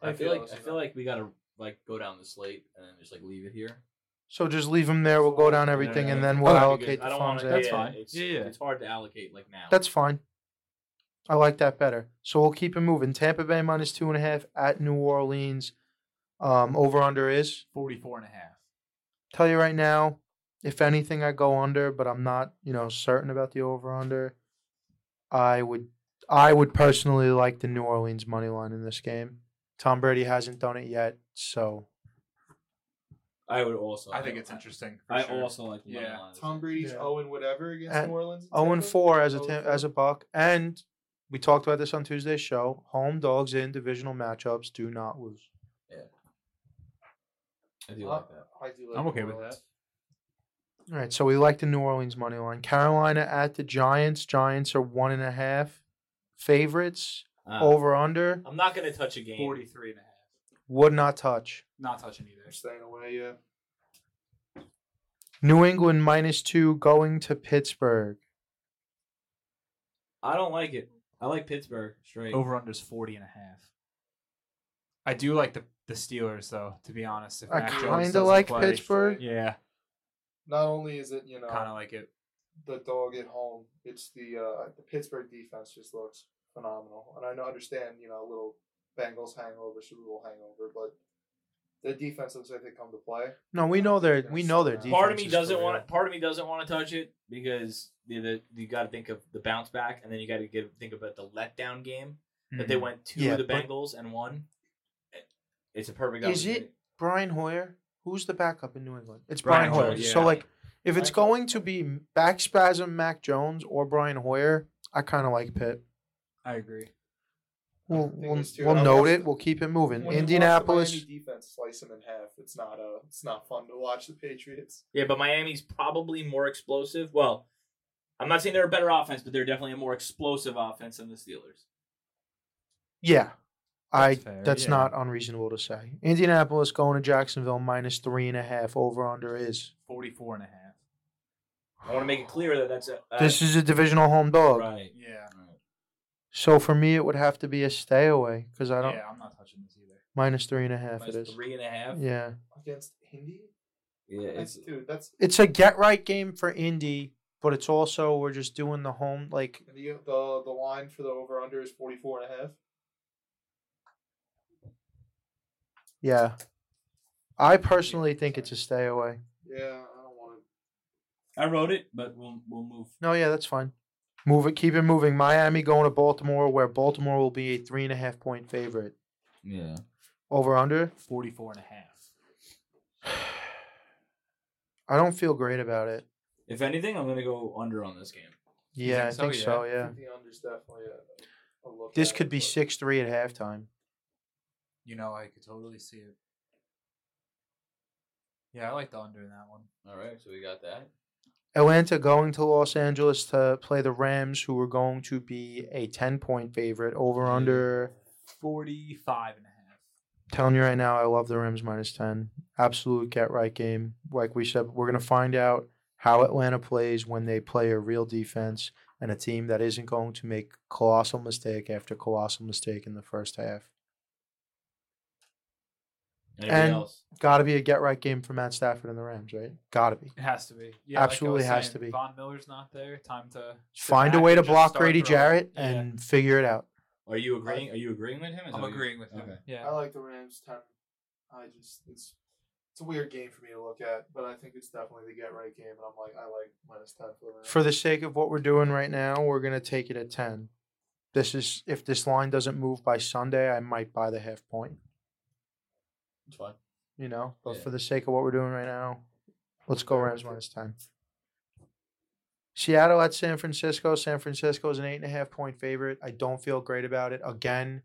I,
I
feel
feel
like
also
I feel
that.
like we gotta like go down the slate and then just like leave it here.
So just leave them there. We'll go down everything, and then we'll
Because
allocate
I
the
don't
funds.
wanna-
That's
yeah,
fine.
It's,
Yeah, yeah.
it's hard to allocate like now.
That's fine. I like that better. So we'll keep it moving. Tampa Bay minus two and a half at New Orleans. Um, over under is
44 and a half.
tell you right now. If anything, I go under, but I'm not you know certain about the over under. I would I would personally like the New Orleans money line in this game. Tom Brady hasn't done it yet, so
I would also.
I think it's interesting. for
I
sure.
also like the money
Yeah.
line.
Tom Brady's
Yeah.
zero and whatever against
And
New Orleans. is that
0 and
right?
4 as a
0
Tim,
and
as a buck, and we talked about this on Tuesday's show. Home dogs in divisional matchups do not lose.
I
uh,
do
Huh?
like that.
I do like
I'm okay
New
with
Orleans.
that.
All right, so we like the New Orleans money line. Carolina at the Giants. Giants are one and a half favorites.
Uh,
Over under
I'm not gonna touch a game.
43 and a half.
would not touch.
Not touching either.
I'm staying away. Yeah.
New England minus two going to Pittsburgh.
I don't like it. I like Pittsburgh straight.
Over under is 40 and a half. I do like the, the Steelers, though, to be honest. If
I
Mac Jones
kind
doesn't
of like
play.
Pittsburgh.
Yeah,
Not only is it you know
kind of like it.
the dog at home, it's the uh, the Pittsburgh defense just looks phenomenal, and I know understand you know a little Bengals hangover, Super Bowl hangover, but their defense looks like they come to play.
No, we know their we know their defense.
Part of me
is
doesn't
for
want.
real.
Part of me doesn't want to touch it because you, know, you got to think of the bounce back, and then you got to give think about the letdown game that they
Mm-hmm.
Mhm.
went to
Yeah,
the
but-
Bengals and won. It's a perfect.
Is it-
opportunity.
Brian Hoyer. Who's the backup in New England? It's Brian,
Brian
Hoyer.
Hoyer,
So
yeah.
like, if it's
Brian-
going to be back spasm Mac Jones or Brian Hoyer, I kind of like Pitt.
I agree.
We'll
think
we'll,
it's too-
we'll
I
note
watched
it.
the-
We'll keep it moving.
When you watch the
Indianapolis.
Miami defense slice them in half. It's not uh, it's not fun to watch the Patriots.
Yeah, but Miami's probably more explosive. Well, I'm not saying they're a better offense, but they're definitely a more explosive offense than the Steelers.
Yeah, I.
That's fair,
that's
yeah.
not unreasonable to say. Indianapolis going to Jacksonville minus three and a half. Over under is.
44 and a half.
I want to make it clear that that's a, a
This is a divisional home dog.
Uh, right.
Yeah.
So for me, it would have to be a stay away because I don't
Yeah, I'm not touching this either.
minus three and a half. it
Minus
is.
three and a half.
Yeah.
Against Indy,
Yeah,
that's,
it's,
dude, that's
it's a get right game for Indy, but it's also we're just doing the home like
and the the the line for the over under is 44 and a half.
yeah. I personally think it's a stay away.
Yeah, I don't want to.
I wrote it, but we'll we'll move.
No, yeah, that's fine. Move it, keep it moving. Miami going to Baltimore, where Baltimore will be a three and a half point favorite.
Yeah,
Over under.
44 and a half.
I don't feel great about it.
if anything, I'm gonna go under on this game.
You
Yeah,
think so?
I think so.
Yeah.
Yeah,
The under's definitely a, a look.
this
at
could
it,
be
but-
six three at halftime.
You know, I could totally see it. Yeah, I like the under in that one.
All right, so we got that.
Atlanta going to Los Angeles to play the Rams, who are going to be a ten point favorite. Over
Mm.
under.
45 and a half.
telling you right now, I love the Rams minus 10. Absolute get right game. Like we said, we're going to find out how Atlanta plays when they play a real defense and a team that isn't going to make colossal mistake after colossal mistake in the first half.
Anything
And-
else?
Got to be a get right game for Matt Stafford and the Rams, right? Got to be.
It has to be. Yeah, like I
Absolutely
was
has
saying,
to be.
Von Miller's not there. Time to sit
Find a
back
way
and
to
just
block
start
Grady
throwing.
Jarrett
Yeah.
and figure it out.
Are you agreeing? Are you agreeing with him? Is that
I'm
what you-
agreeing with you.
Okay.
I
Yeah.
like the Rams ten. I just it's it's a weird game for me to look at, but I think it's definitely the get right game, and I'm like I like minus ten for the Rams.
For the sake of what we're doing right now, we're going to take it at 10. This is if this line doesn't move by Sunday, I might buy the half point.
It's fine.
you know. But
Yeah.
for the sake of what we're doing right now, let's go Rams minus ten. Seattle at San Francisco. San Francisco is an eight and a half point favorite. I don't feel great about it. Again,
Mm.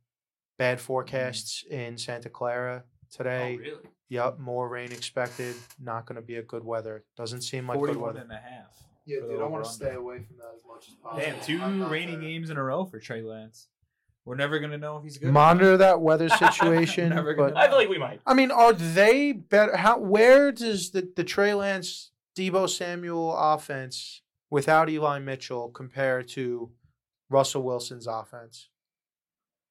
bad forecasts in Santa
Oh,
Clara today.
really?
Yep, more rain expected. Not going to be a good weather. Doesn't seem like good
41
weather.
and a half.
yeah,
for the
dude, I want
over-under.
to stay away from that as much as possible.
Damn, two
I'm not
rainy
there.
games in a row for Trey Lance. We're never gonna know if he's good. or not.
Monitor that weather situation.
Never gonna
but
I feel like we might.
I mean, are they better? How? Where does the the Trey Lance, Debo Samuel offense without Eli Mitchell compare to Russell Wilson's offense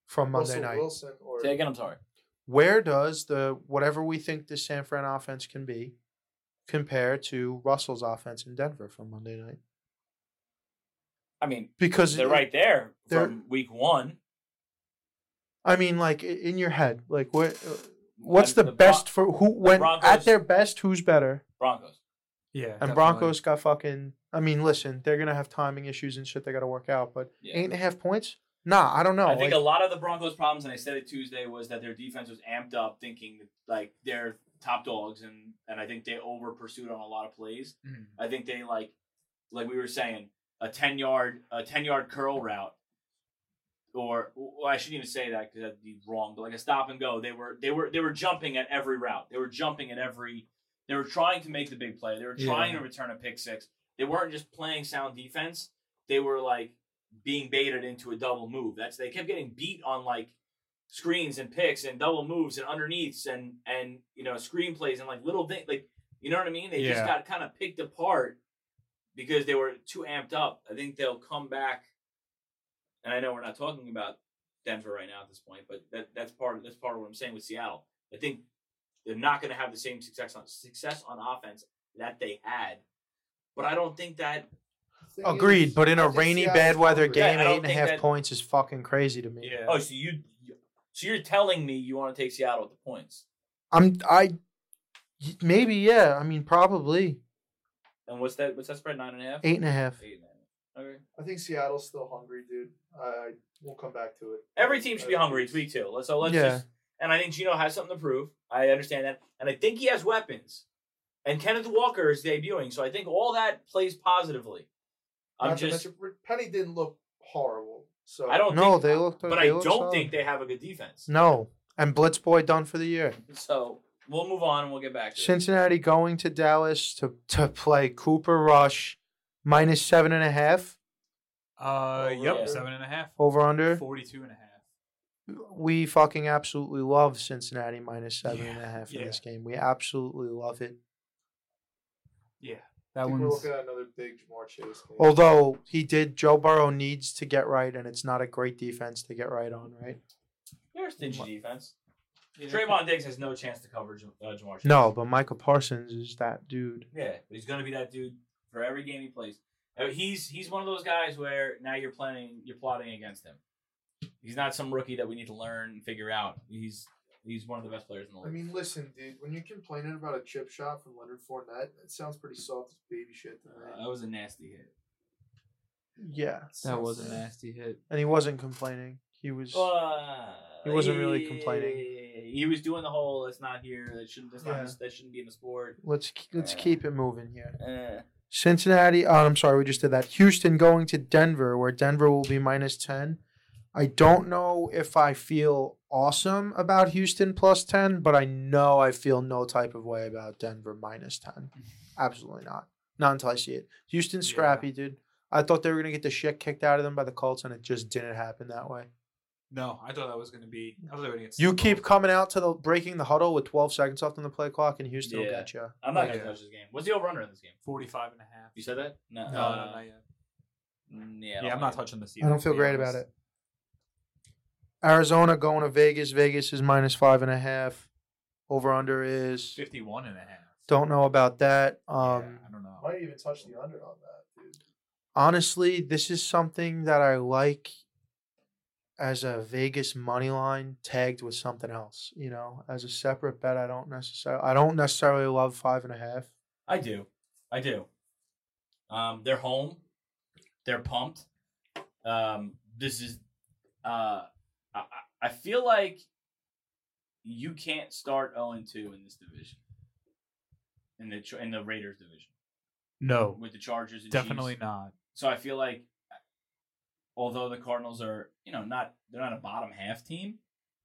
from Monday
Russell
night?
Wilson or
Say again. I'm sorry.
Where does the whatever we think the San Fran offense can be compare to Russell's offense in Denver from Monday night?
I mean,
Because
they're right there
They're-
from week one.
I mean, like i- in your head, like what? What's the,
The- the Bron-
best for who when at
Broncos-
their best? Who's better?
Broncos.
Yeah.
And
definitely.
Broncos got fucking. I mean, listen, they're gonna have timing issues and shit they got to work out. But
Yeah.
eight and a half points, Nah, I don't know.
I think
Like,
a lot of the Broncos' problems, and I said it Tuesday, was that their defense was amped up, thinking that, like they're top dogs, and and I think they over pursued on a lot of plays.
Mhm.
I think they like, like we were saying, a ten yard a ten yard curl route, or well, I shouldn't even say that because that'd be wrong. But like a stop and go, they were they were they were jumping at every route. They were jumping at every. They were trying to make the big play. They were trying to return a pick six. They weren't just playing sound defense. They were like being baited into a double move. That's they kept getting beat on like screens and picks and double moves and underneaths and and you know screenplays and like little things like you know what I mean. They just
Yeah.
got kind of picked apart because they were too amped up. I think they'll come back, and I know we're not talking about Denver right now at this point, but that that's part that's part of what I'm saying with Seattle. I think they're not going to have the same success on success on offense that they had, but I don't think that
Thing
agreed,
is,
but in
I
a
think
rainy,
Seattle's
bad weather
hungry.
Yeah,
game,
I don't
eight and a
think
half
that-
points is fucking crazy to me.
Yeah.
Oh, so you, so you're telling me you want to take Seattle at the points,
I'm I y- maybe yeah. I mean probably
and what's that? What's that spread? Nine and a half.
eight and a half.
Eight and a half. Okay.
I think Seattle's still hungry, dude. I, I we'll come back to it.
Every team should be
I-
hungry. It's week two. Let's so let's
Yeah.
just. And I think Gino has something to prove. I understand that, and I think he has weapons. And Kenneth Walker is debuting, so I think all that plays positively. I'm
Not to
just,
mention, Penny didn't look horrible, so
I don't.
No,
think,
they looked.
But
they
I don't
looked solid.
think they have a good defense.
No, and Blitz boy done for the year.
So we'll move on and we'll get back to it.
Cincinnati going to Dallas to to play Cooper Rush, minus seven and a half
Uh,
Over
yep,
under.
seven and a half.
over under.
42 and a half.
We fucking absolutely love Cincinnati minus seven and a half
Yeah,
in
yeah.
this game. We absolutely love it.
Yeah.
I
That
think we're
one's.
looking at another big Jamar Chase. game.
Although he did, Joe Burrow needs to get right, and it's not a great defense to get right on, right?
There's stingy defense.
Yeah.
Trayvon Diggs has no chance to cover Jam- uh, Jamar. Chase.
No, but Michael Parsons is that dude.
Yeah, but he's gonna be that dude for every game he plays. Uh, He's he's one of those guys where now you're planning you're plotting against him. He's not some rookie that we need to learn and figure out. He's he's one of the best players in the
I
league.
mean, listen, dude. When you're complaining about a chip shot from Leonard Fournette, it sounds pretty soft as baby shit to me.
Uh, that was a nasty hit.
Yeah,
That was a nasty hit.
and he wasn't complaining. He was. He wasn't really complaining.
Uh, He was doing the whole "It's not here. That shouldn't. That's
Yeah.
not. That shouldn't be in the sport."
let's let's
Yeah.
keep it moving here.
Uh,
Cincinnati. Oh, I'm sorry, we just did that. Houston going to Denver, where Denver will be minus ten. I don't know if I feel awesome about Houston plus ten, but I know I feel no type of way about Denver minus ten. Absolutely not. Not until I see it. Houston's
Yeah.
scrappy, dude. I thought they were gonna get the shit kicked out of them by the Colts, and it just didn't happen that way.
No, I thought that was going to be. I thought they were going to get.
You
steamrolled.
keep coming out to the breaking the huddle with 12 seconds left on the play clock, and Houston will
Yeah.
get you.
I'm not
Yeah.
gonna touch this game. What's the over under in this game?
45 and a half.
You said that? No.
No,
Uh,
no, not yet.
mm, yeah. I
Yeah,
don't
I'm
like
not
it.
touching this either.
I don't
to
feel
be
great about
honest.
it. Arizona going to Vegas. Vegas is minus five and a half. Over under is
51 and a half.
don't know about that.
Yeah,
Um,
I don't know.
Might even touch the under on that, dude.
honestly, this is something that I like as a Vegas money line tagged with something else. You know, as a separate bet, I don't necessarily I don't necessarily love five and a half.
I do. I do. Um, they're home. They're pumped. Um, this is. Uh, I, I- I feel like you can't start zero and two in this division. In the Ch- in the Raiders division
No,
with the Chargers, and
definitely
Chiefs.
not.
So I feel like, although the Cardinals are you know not they're not a bottom half team,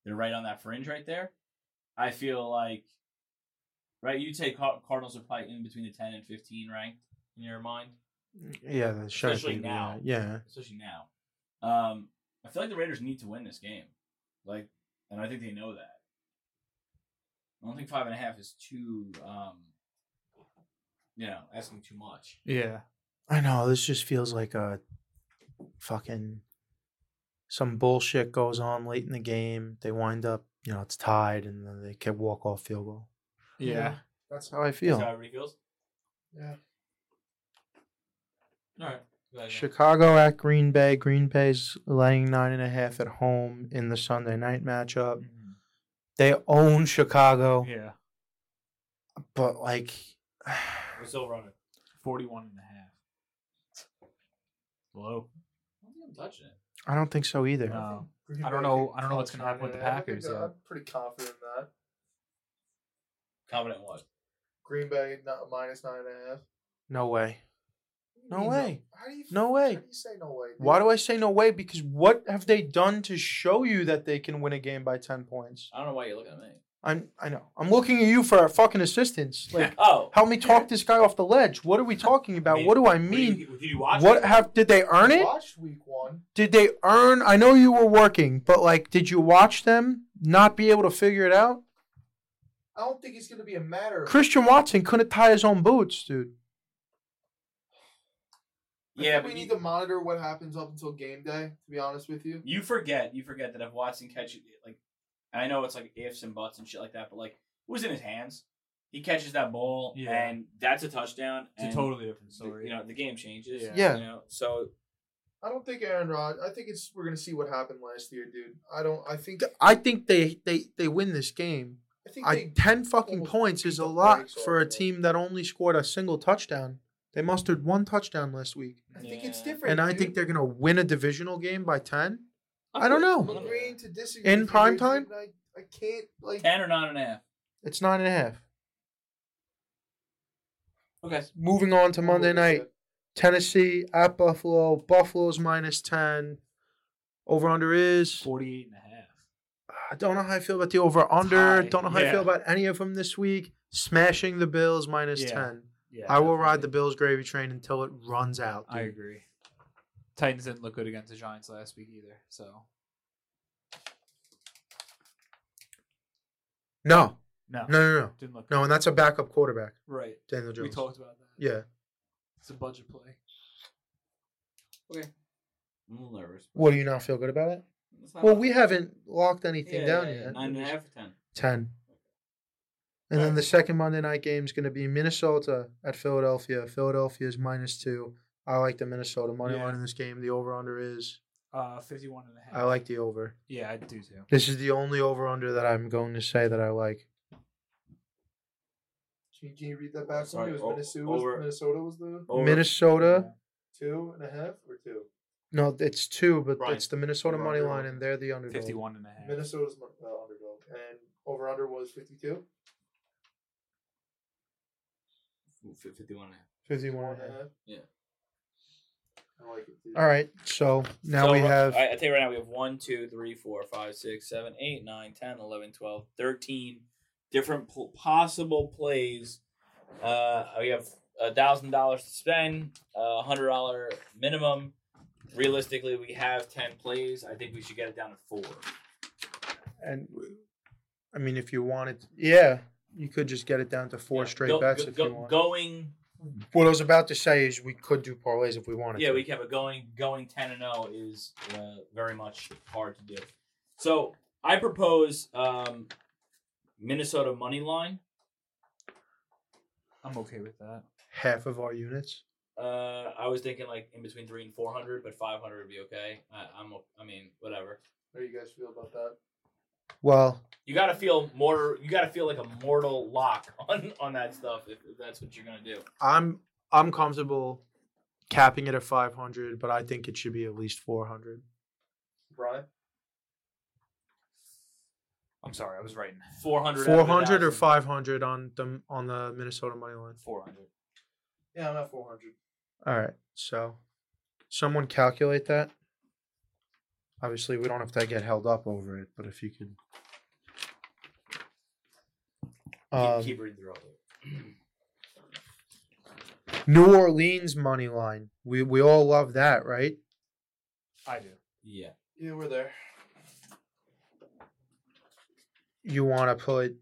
they're right on that fringe right there. I feel like, right? You take Car- Cardinals are probably in between the ten and fifteen ranked in your mind,
Yeah, that should
Especially
be,
now.
Yeah.
especially now. Um, I feel like the Raiders need to win this game, like, and I think they know that. I don't think five and a half is too, um, you know, asking too much.
Yeah.
I know this just feels like a fucking some bullshit goes on late in the game. They wind up, you know, it's tied, and then they can walk off field goal.
Yeah.
That's how I
That's how
feel.
everybody feels.
Yeah.
All right. Go ahead, Nick.
Chicago at Green Bay. Green Bay's laying nine and a half at home in the Sunday night matchup.
Mhm.
They own Chicago,
Yeah.
but like,
What's over on it?
41 and a half. Low.
I don't think I'm touching it.
I don't think so either.
No.
think Green
Um, I don't
Bay
know-
can
I don't know what's gonna
touch
happen with
it.
the
I think
Packers
they're-
yet.
I'm pretty confident in that.
Confident what?
Green Bay not minus nine and a half.
No way. No
You
way.
How do you?
No
how
way.
do you say no way? dude?
Why do I say no way? Because what have they done to show you that they can win a game by ten points?
I don't know why you're looking at me.
I'm I know. I'm looking at you for our fucking assistance. Like
Oh,
help me talk this guy off the ledge. What are we talking about? What do I mean?
did you watch?
What
it?
have did they earn it?
Watched week one.
Did they earn I know you were working, but like did you watch them not be able to figure it out?
I don't think it's gonna be a matter. of
Christian Watson couldn't tie his own boots, dude.
I
Yeah,
think
but
we
you-
need to monitor what happens up until game day. To be honest with you,
You forget, you forget that if Watson catches like, and I know it's like ifs and buts and shit like that, but like it was in his hands. He catches that ball,
Yeah.
and that's a touchdown.
It's
and
a totally different
the-
story.
You know, the game changes.
Yeah.
Yeah.
You know, so
I don't think Aaron Rod. I think it's we're gonna see what happened last year, dude. I don't. I think.
I think they they they win this game.
I think
I,
they.
ten fucking
almost
points
beat
is
the
a lot
brakes off
for a
of it.
team that only scored a single touchdown. They mustered one touchdown last week,
I think it's
Yeah.
different.
and I
dude.
think they're gonna win a divisional game by ten. I don't know.
I'm
Oh.
agreeing to disagree.
In
with you,
prime
dude,
time?
and I, I can't like.
ten or nine and a half.
It's nine and a half.
Okay.
Moving on to Monday night, Tennessee at Buffalo. Buffalo's minus ten. Over under is.
48 and a half.
I don't know how I feel about the over under.
Tie.
Don't know how I
Yeah.
feel about any of them this week. Smashing the Bills minus
Yeah.
ten.
Yeah,
I will ride the
definitely.
Bills gravy train until it runs out.
I
dude.
agree. Titans didn't look good against the Giants last week either. So
No,
no,
no, no, no,
didn't look
no, and that's a backup quarterback,
right.
Daniel Jones.
We talked about that.
yeah.
It's a budget play.
I'm a little nervous.
What do you not feel good about it?
It's not
Well,
bad.
we haven't locked anything
Yeah,
down
yeah, yeah.
yet.
Nine and a half or ten.
Ten. And then the second Monday night game is going to be Minnesota at Philadelphia. Philadelphia is minus two. I like the Minnesota money
Yeah.
line in this game. The over under is.
Uh, 51 and a half.
I like the over.
Yeah, I do too.
This is the only over under that I'm going to say that I like.
Can, can you read that back to
Sorry,
me? It
o-
was Minnesota, was-
over- Oh.
Minnesota was the
Over.
Minnesota.
two and a half or two.
No, it's two, but
Brian,
it's the Minnesota money
over-under.
line, and they're the underdog.
51 and a half.
Minnesota's mon- uh, underdog, and over under was fifty two.
F- 51 and a half.
51 and a half.
Yeah.
I like it. Dude.
All right. So now
So,
we
ri-
have.
I, I tell you right now, we have one, two, three, four, five, six, seven, eight, nine, 10, 11, 12, 13 different po- possible plays. Uh, we have a thousand dollars to spend, a hundred dollar minimum. Realistically, we have ten plays. I think we should get it down to four.
and I mean, if you wanted, yeah, you could just get it down to four
Yeah,
straight
go-
bets
go-
if
go-
you want.
Going,
What I was about to say is we could do parlays if we wanted.
yeah,
to.
we can, but going going ten and zero is uh, very much hard to do. So I propose um, Minnesota money line.
I'm okay with that.
half of our units.
Uh, I was thinking like in between three and four hundred, but five hundred would be okay. I, I'm, o- I mean, whatever.
How do you guys feel about that?
Well,
You gotta feel more. You gotta feel like a mortal lock on on that stuff if, if that's what you're gonna do.
I'm I'm comfortable capping it at 500, but I think it should be at least 400.
Brian,
I'm sorry, I was writing
Four hundred.
400 or 500 on the on the Minnesota money line.
400.
yeah, I'm at four hundred.
All right. So, someone calculate that. Obviously, we don't have to get held up over it, but if you could. Um,
keep, keep reading through all of it.
New Orleans money line. We we all love that, right?
I do.
Yeah.
Yeah, we're there.
You want to put.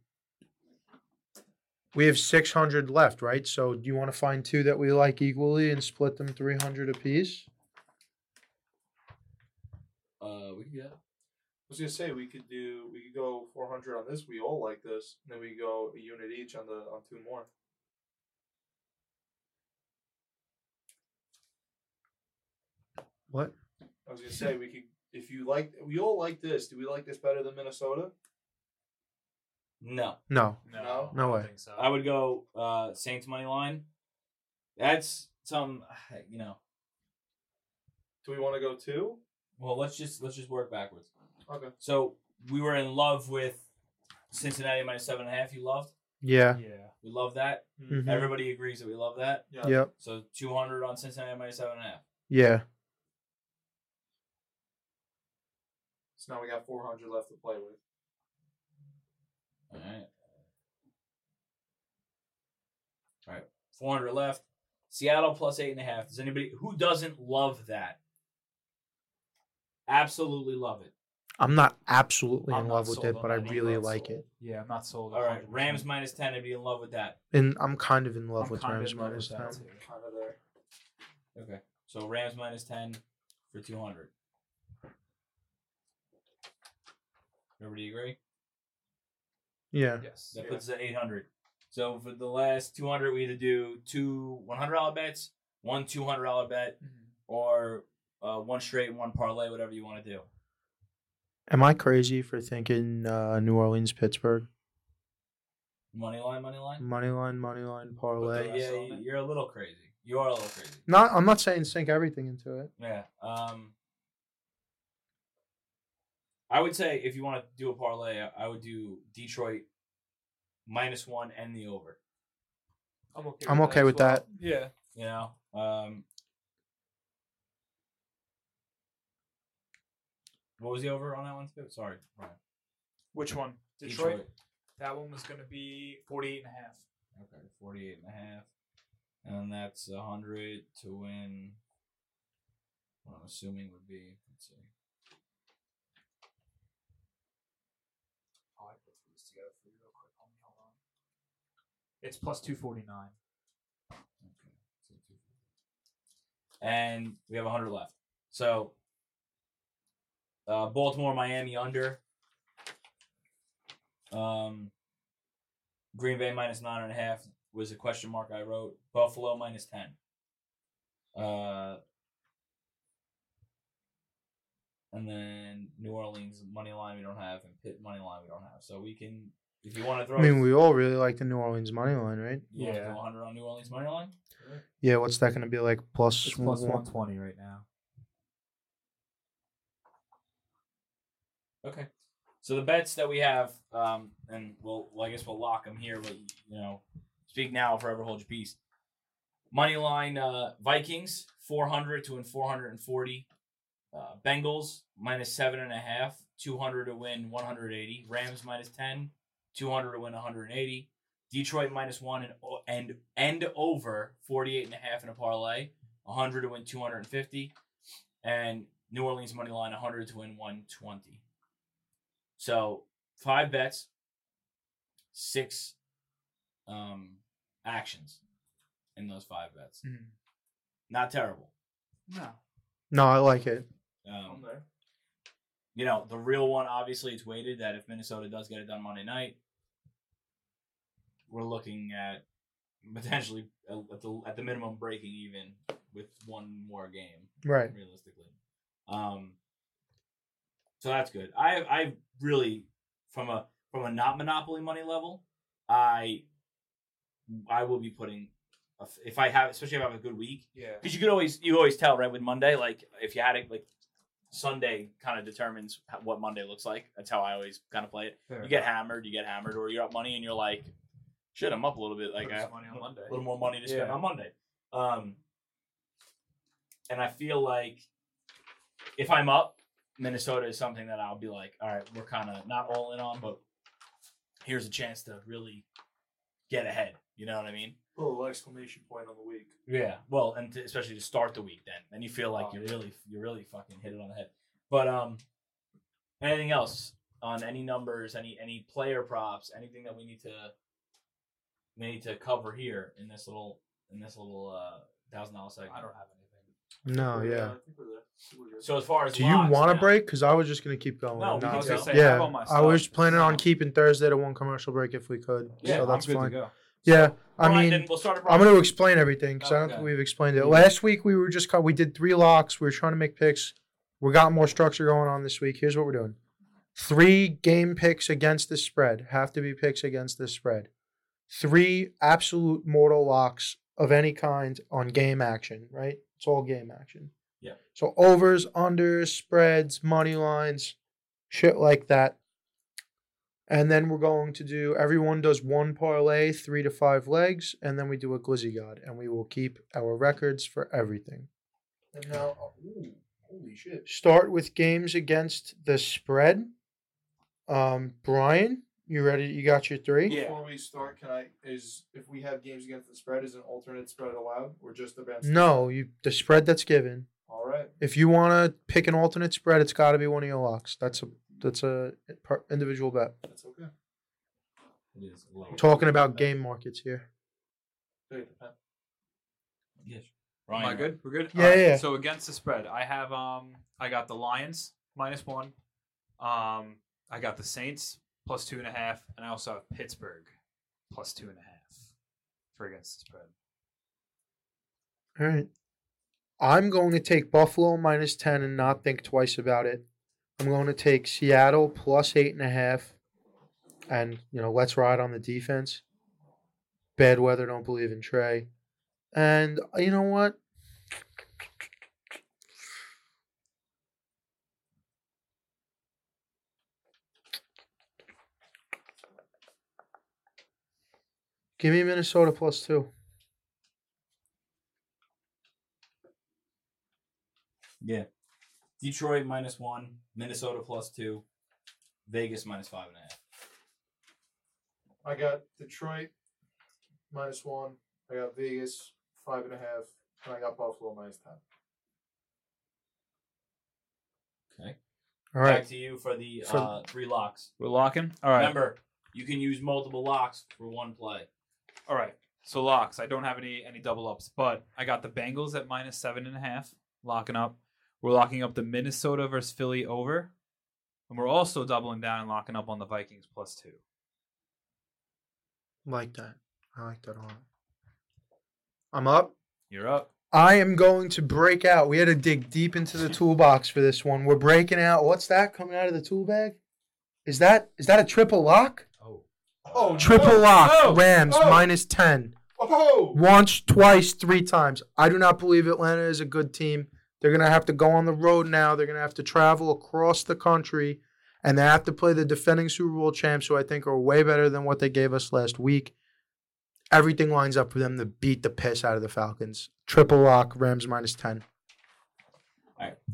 We have six hundred left, right? So do you want to find two that we like equally and split them three hundred apiece?
Uh, we can get.
I was gonna say we could do we could go four hundred on this. We all like this, and then we go a unit each on the on two more.
What?
I was gonna say we could if you like we all like this. Do we like this better than Minnesota?
No,
No.
No?
No
I
way.
don't think so.
I would go uh Saints money line. That's some, you know.
Do we want to go two?
Well, let's just let's just work backwards.
Okay.
So we were in love with Cincinnati minus seven and a half. You loved.
Yeah.
We love that.
Mm-hmm.
Mhm.
Everybody agrees that we love that.
Yeah.
Yep.
So two hundred on Cincinnati minus seven and a half.
Yeah.
So now we got 400 left to play with.
All right. All right. 400 left. Seattle plus eight and a half. Does anybody who doesn't love that? Absolutely love it.
I'm not absolutely
I'm
in
not
love with
sold
it,
on
but I
that. I'm
really
not
like
sold.
it.
Yeah, I'm not sold.
All right.
100%.
Rams minus 10. I'd be in love with that.
And I'm kind of in love
I'm
with
kinda
Rams
in love
minus
with that
10.
too.
Kind of there.
Okay. So Rams minus 10 for 200. Everybody agree?
Yeah.
Yes.
That
Yeah.
puts us at 800. So for the last 200, we either do two $100 bets, one $200 bet, or uh, one straight, one parlay, whatever you want to do.
Am I crazy for thinking uh, New Orleans, Pittsburgh?
Money line, money line.
Money line, money line, parlay.
yeah, you- you're a little crazy. You are a little crazy.
Not, I'm not saying sink everything into it.
Yeah. Um. I would say if you want to do a parlay, I- I would do Detroit minus one and the over.
I'm okay.
I'm okay with that.
Yeah.
You know. Um. What was the over on that one too? Sorry, Ryan.
Which one? That one was going to be 48 and a half.
Okay, 48 and a half. And that's 100 to win. What I'm assuming would be, let's see.
Oh, I put these together for you real quick. Hold me, hold on. It's plus 249.
Okay. so two- And we have 100 left. So uh, Baltimore, Miami under. Um, Green Bay minus nine and a half was a question mark I wrote. Buffalo minus 10. Uh, and then New Orleans money line we don't have, and Pitt money line we don't have. So we can, if you want to throw,
I mean, we all really like the New Orleans money line, right?
you wanna
Yeah.
throw 100 on New Orleans money line.
Yeah, what's that going to be like? Plus,
It's plus
one-
120 right now.
Okay. So the bets that we have, um, and we'll, well, I guess we'll lock them here, but you know, speak now or forever hold your peace. Money line uh, Vikings four hundred to win four hundred and forty. Uh, Bengals minus seven and a half, 200 to win 180. Rams minus 10, 200 to win 180. Detroit minus one and o- and and over 48 and a half in a parlay, 100 to win 250, and New Orleans money line 100 to win 120. So five bets, six um actions in those five bets.
Mhm.
Not terrible.
No.
No, I like it.
Um,
I'm there.
you know, the real one, obviously, it's weighted that if Minnesota does get it done Monday night, we're looking at potentially uh, at the, at the minimum breaking even with one more game,
Right.
realistically. Um, so that's good. I I really from a from a not monopoly money level, I I will be putting a f- if I have especially if I have a good week,
Yeah.
because you could always you always tell right with Monday like if you had it like Sunday kind of determines how- what Monday looks like. That's how I always kind of play it.
Fair
You get hammered, you get hammered, or you're up money and you're like, shit, I'm up a little bit. Like I
Put
have
this money on
a
Monday.
little more money to spend
Yeah.
on Monday. Um, and I feel like if I'm up, Minnesota is something that I'll be like, all right, we're kind of not all in on, but here's a chance to really get ahead. You know what I mean?
A little exclamation point on the week.
Yeah, well, and to, especially to start the week, then then you feel like
Oh,
you
yeah.
really you really fucking hit it on the head. But um, anything else on any numbers, any any player props, anything that we need to we need to cover here in this little in this little uh thousand dollar segment.
I don't have anything.
No,
We're, uh,
Oh, yeah.
I think we're there. I think we're good.
So as far as
Do you
locks
want to
now-
break? Because I was just going to keep going.
No,
and
we
not-
can go.
Yeah,
all my
I was
stuff.
planning on keeping Thursday to one commercial break if we could.
Yeah,
so Oh, that's
I'm good
fine.
to go.
Yeah, I
Brian,
mean,
then we'll start. at
I'm
Brian.
going to explain everything because I don't
Okay.
think we've explained it.
Yeah.
Last week we were just caught, we did three locks. We were trying to make picks. We got more structure going on this week. Here's what we're doing: three game picks against the spread have to be picks against the spread. Three absolute mortal locks of any kind on game action. Right? It's all game action.
Yeah.
So overs, unders, spreads, money lines, shit like that. And then we're going to do everyone does one parlay, three to five legs, and then we do a glizzy god, and we will keep our records for everything.
And now, oh, ooh, holy shit.
Start with games against the spread. Um, Brian, you ready? You got your three?
Yeah.
Before we start, can I is if we have games against the spread, is an alternate spread allowed or just against?
No, you the spread that's given.
All right.
If you want to pick an alternate spread, it's got to be one of your locks. That's a that's a per- individual bet.
That's okay.
It is low.
Talking about game markets here.
Take the pen.
Yes.
Am I
Ryan,
good? We're good.
Yeah, yeah, yeah.
So against the spread, I have um, I got the Lions minus one. Um, I got the Saints plus two and a half, and I also have Pittsburgh plus two and a half for against the spread.
All right. I'm going to take Buffalo minus 10 and not think twice about it. I'm going to take Seattle plus eight and a half. And, you know, let's ride on the defense. Bad weather, don't believe in Trey. And uh, you know what? Give me Minnesota plus two.
Yeah. Detroit minus one, Minnesota plus two, Vegas minus five and a half.
I got Detroit minus one. I got Vegas five and a half, and I got Buffalo minus ten.
All right.
Back to you for the
For-
uh, three locks.
We're locking. All right.
Remember, you can use multiple locks for one play.
All right. So locks. I don't have any any double ups, but I got the Bengals at minus seven and a half, locking up. We're locking up the Minnesota versus Philly over, and we're also doubling down and locking up on the Vikings plus two.
like that. I like that a lot. I'm up.
You're up.
I am going to break out. We had to dig deep into the toolbox for this one. We're breaking out. What's that coming out of the tool bag? Is that is that a triple lock?
Oh.
Oh,
Triple lock.
oh,
Rams
oh.
minus ten.
Oh,
Once, twice, three times. I do not believe Atlanta is a good team. They're gonna have to go on the road now. They're gonna have to travel across the country, and they have to play the defending Super Bowl champs, who I think are way better than what they gave us last week. Everything lines up for them to beat the piss out of the Falcons. Triple lock. Rams minus ten.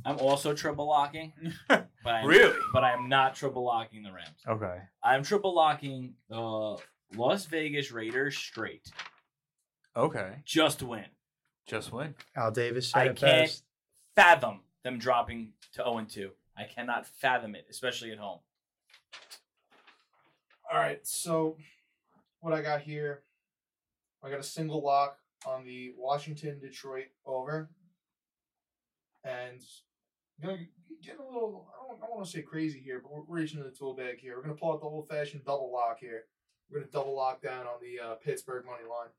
I'm also triple locking. but I'm,
Really?
But I'm not triple locking the Rams.
Okay.
I'm triple locking the Las Vegas Raiders straight.
Okay.
Just to win.
Just win.
Al Davis.
I
said it
can't
best.
fathom them dropping to 0 2. I cannot fathom it, especially at home.
All right, so what I got here, I got a single lock on the Washington Detroit over, and I'm gonna get a little. I don't, I want to say crazy here, but we're, we're reaching in the tool bag here. We're gonna pull out the old-fashioned double lock here. We're gonna double lock down on the uh, Pittsburgh money line.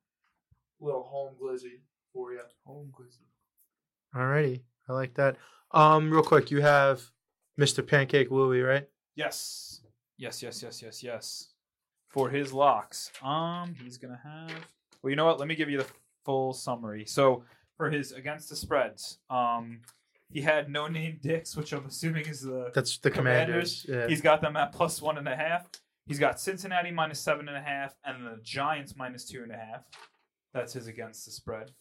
Little home glizzy for you. Home glizzy.
Alrighty, I like that. Um, real quick, you have Mr. Pancake Louie, right?
Yes. Yes, yes, yes, yes, yes. For his locks. Um, he's gonna have well, you know what? Let me give you the full summary. So for his against the spreads, um, he had no name dicks, which I'm assuming is the
That's the Commanders.
Commanders.
Yeah.
He's got them at plus one and a half. He's got Cincinnati minus seven and a half, and the Giants minus two and a half. That's his against the spread.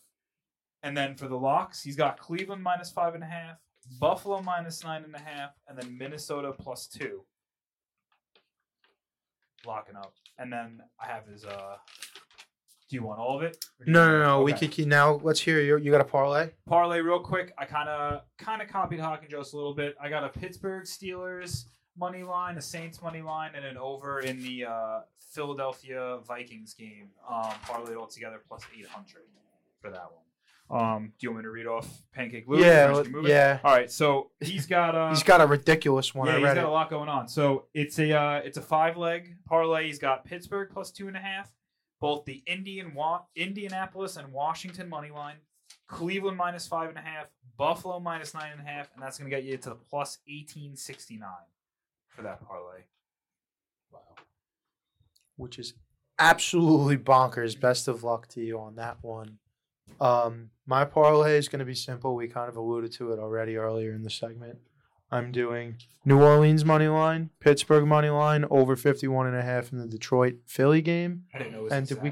And then for the locks, he's got Cleveland minus five and a half, Buffalo minus nine and a half, and then Minnesota plus two. Locking up. And then I have his. uh Do you want all of it? Or do you
No,
want-
no, no. We
Okay
could keep now. Let's hear you. You got a parlay?
parlay real quick. I kind of kind of copied Hawk and Joe's a little bit. I got a Pittsburgh Steelers money line, a Saints money line, and an over in the uh, Philadelphia Vikings game. Um, parlay all together plus eight hundred for that one. Um, do you want me to read off Pancake Lou?
yeah,
Or
let-
should we move it?
yeah.
All right, so he's got uh,
He's got a ridiculous one.
yeah,
I
he's
read
got
it.
a lot going on. So it's a uh, it's a five leg parlay. He's got Pittsburgh plus two and a half, both the Indian wa- Indianapolis and Washington money line, Cleveland minus five and a half, Buffalo minus nine and a half, and that's gonna get you to the plus eighteen sixty nine for that parlay.
which is absolutely bonkers. Best of luck to you on that one, Um, my parlay is going to be simple. We kind of alluded to it already earlier in the segment. I'm doing New Orleans money line, Pittsburgh money line, over 51 and a half in the Detroit Philly game.
I didn't know.
And did we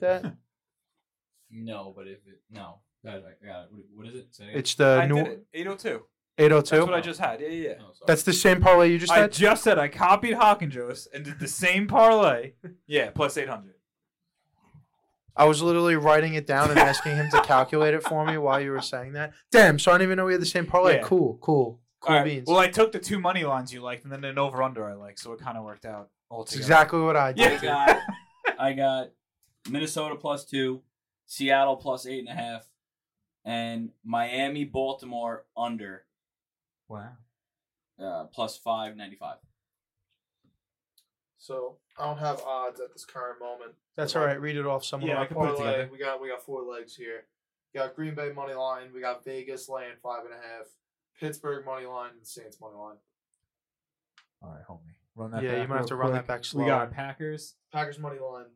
that?
No, but if it no, I, I got it. What, what is it? Say it again.
It's the
I
New
did it. 802. That's
802.
what I just had. Yeah, yeah. yeah.
Oh, sorry.
That's the same parlay you just
I
had.
just said I copied Hawkinjoes and did the same parlay.
Yeah, plus 800.
I was literally writing it down and asking him to calculate it for me while you were saying that. Damn, so I didn't even know we had the same parlay.
Yeah.
Cool, cool, cool
All right,
beans.
Well, I took the two money lines you liked and then an over under I liked, so it kind of worked out all
That's exactly what I did.
I got I got Minnesota plus two, Seattle plus eight and a half, and Miami Baltimore under
Wow.
uh, plus five ninety five.
So I don't have odds at this current moment.
That's all right. Read it off. Someone
Yeah,
will-
I can put it
Parlay,
together.
We got we got four legs here. We got Green Bay money line. We got Vegas laying five and a half. Pittsburgh money line and Saints money line.
All right, homie. Run that
Yeah,
back
you might have
real
to run
quick.
that back
We got
slower.
Packers,
Packers money line.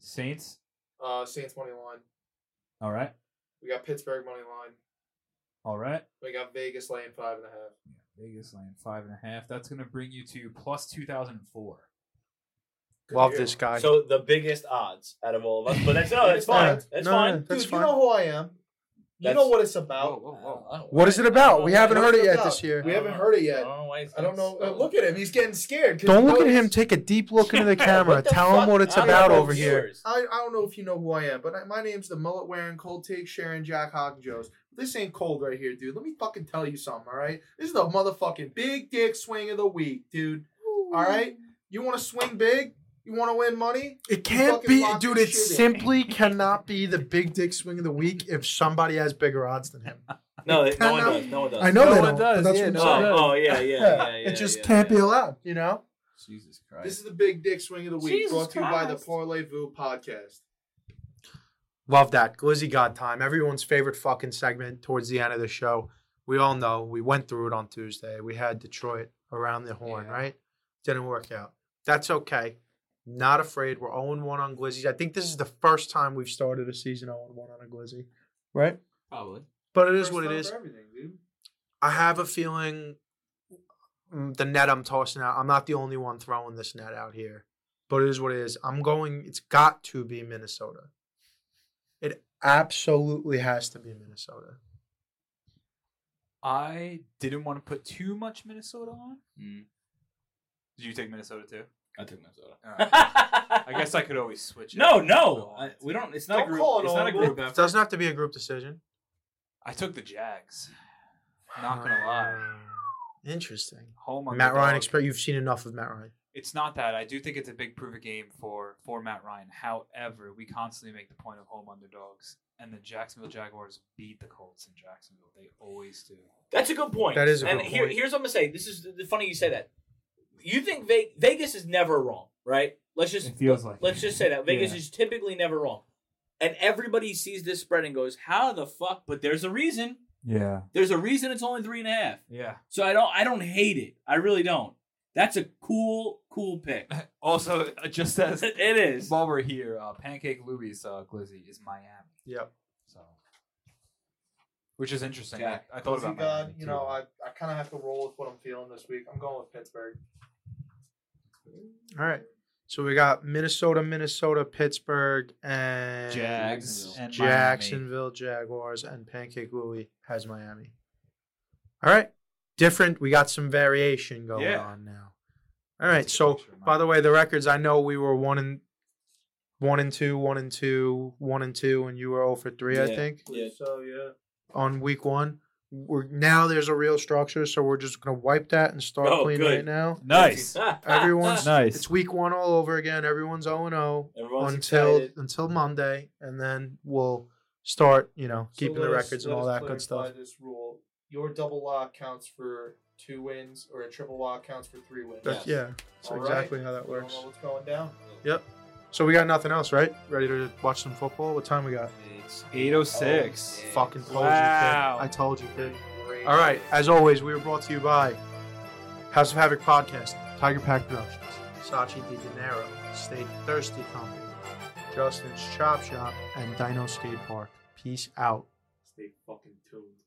Saints.
Uh, Saints money line.
All right.
We got Pittsburgh money line.
All right.
We got Vegas laying five and a half.
Vegas laying five and a half. That's going to bring you to plus 2004.
Love this guy.
So the biggest odds out of all of us, but that's no, that's
It's
fine.
fine.
That's
No,
fine.
no, That's
Dude,
fine.
you know who I am. You
That's-
know what it's about.
Whoa, whoa, whoa.
what is it about? We haven't
What
heard
is
it
it
yet
about?
this year.
We
Oh.
haven't heard it yet.
I don't know why he's-
I don't know. Uh, look at him. He's getting scared. 'cause
Don't
he
look at
knows-
him. Take a deep look into the
Yeah,
camera.
what the
Tell him
fuck?
what it's
I don't
about
know
over here.
viewers.
I, I don't know if you know who I am, but I, my name's the mullet wearing, cold take Sharon, Jack Hawk Joe's. This ain't cold right here, dude. Let me fucking tell you something, all right? This is the motherfucking big dick swing of the week, dude. All right? You want to swing big? You want to win money?
It
can't
can't
fucking be-
be,
lock dude,
dude.
this
It
it shit in.
simply cannot be the big dick swing of the week if somebody has bigger odds than him.
No, it- no one
Cannot-
does. No one does.
I know
No
they
one
don't.
does,
but That's
yeah,
what
No.
I'm saying.
does.
Oh yeah, yeah, yeah. yeah,
it just
yeah,
can't
yeah.
be allowed, you know?
Jesus
This
Christ.
is the big dick swing of the week
Jesus
brought to you by the
Christ.
Parlay Vu podcast.
Love that. Glizzy God time. Everyone's favorite fucking segment towards the end of the show. We all know we went through it on Tuesday. We had Detroit around the horn,
Yeah.
right? Didn't work out. That's okay. Not afraid. We're 0 1 on Glizzy. I think this is the first time we've started a season 0 1 on a Glizzy, right?
Probably.
But it is
First
what it
time
is.
for everything, dude.
I have a feeling mm, the net I'm tossing out, I'm not the only one throwing this net out here, but it is what it is. I'm going, it's got to be Minnesota. It absolutely has to be Minnesota.
I didn't want to put too much Minnesota on.
Mm.
Did you take Minnesota too?
I took Minnesota.
All right.
I
I guess I could always switch it.
No, no. I, we don't. It's not
Don't
a group.
call it
it's not a
audible.
group
It
effort.
doesn't have to be a group decision.
I took the Jags. Not gonna lie.
Ah, Interesting.
Home on
Matt
the
Ryan,
dog.
exper- you've seen enough of Matt Ryan.
It's not that. I do think it's a big proof of game for for Matt Ryan. However, we constantly make the point of home underdogs, and the Jacksonville Jaguars beat the Colts in Jacksonville. They always do.
That's a good point.
That is a
and
good
here,
point.
here's what I'm gonna say. This is the funny you say that. You think Ve- Vegas is never wrong, right? Let's just
It feels like
let's
it.
just say that Vegas
Yeah.
is typically never wrong, and everybody sees this spread and goes, "How the fuck?" But there's a reason.
Yeah.
There's a reason it's only three and a half.
Yeah.
So I don't I don't hate it. I really don't. That's a cool cool pick.
Also, uh, just as
it is.
while we're here, uh, Pancake Louie's uh, glizzy is Miami.
Yep.
So, which is interesting.
Yeah.
I, I thought about
God,
Miami,
you
too.
know, I, I kind of have to roll with what I'm feeling this week. I'm going with Pittsburgh.
All right. So we got Minnesota, Minnesota, Pittsburgh, and
Jags and Miami.
Jacksonville Jaguars, and Pancake Louie has Miami. All right. Different. We got some variation going
Yeah.
on now. All right. So By the way, the records I know we were one and one and two, one and two, one and two, and you were 0 for three, I
Yeah.
think,
Yeah.
So yeah.
on week one. We're now there's a real structure, so we're just gonna wipe that and start
Oh,
clean
good.
right now.
nice,
Everyone's
nice.
it's week one all over again. Everyone's 0 and oh. 0
Everyone's
until
excited.
until Monday, and then we'll start, you know, keeping
So
the
let us-
records and
let
all
us
that good
clarify
stuff.
This rule: your double lock counts for two wins, or a triple lock counts for three wins.
That's,
Yes.
Yeah, that's
All right.
exactly how that
We don't
works.
know what's going down.
So we got nothing else, right? Ready to watch some football? What time we got?
It's
eight oh six.
Fucking told
Wow.
you, kid. I told you, kid.
Great.
All right. As always, we are brought to you by House of Havoc Podcast, Tiger Pack Productions, Sachi Di Janeiro, Stay Thirsty Company, Justin's Chop Shop, and Dino Skate Park.
Peace out.
Stay fucking tuned.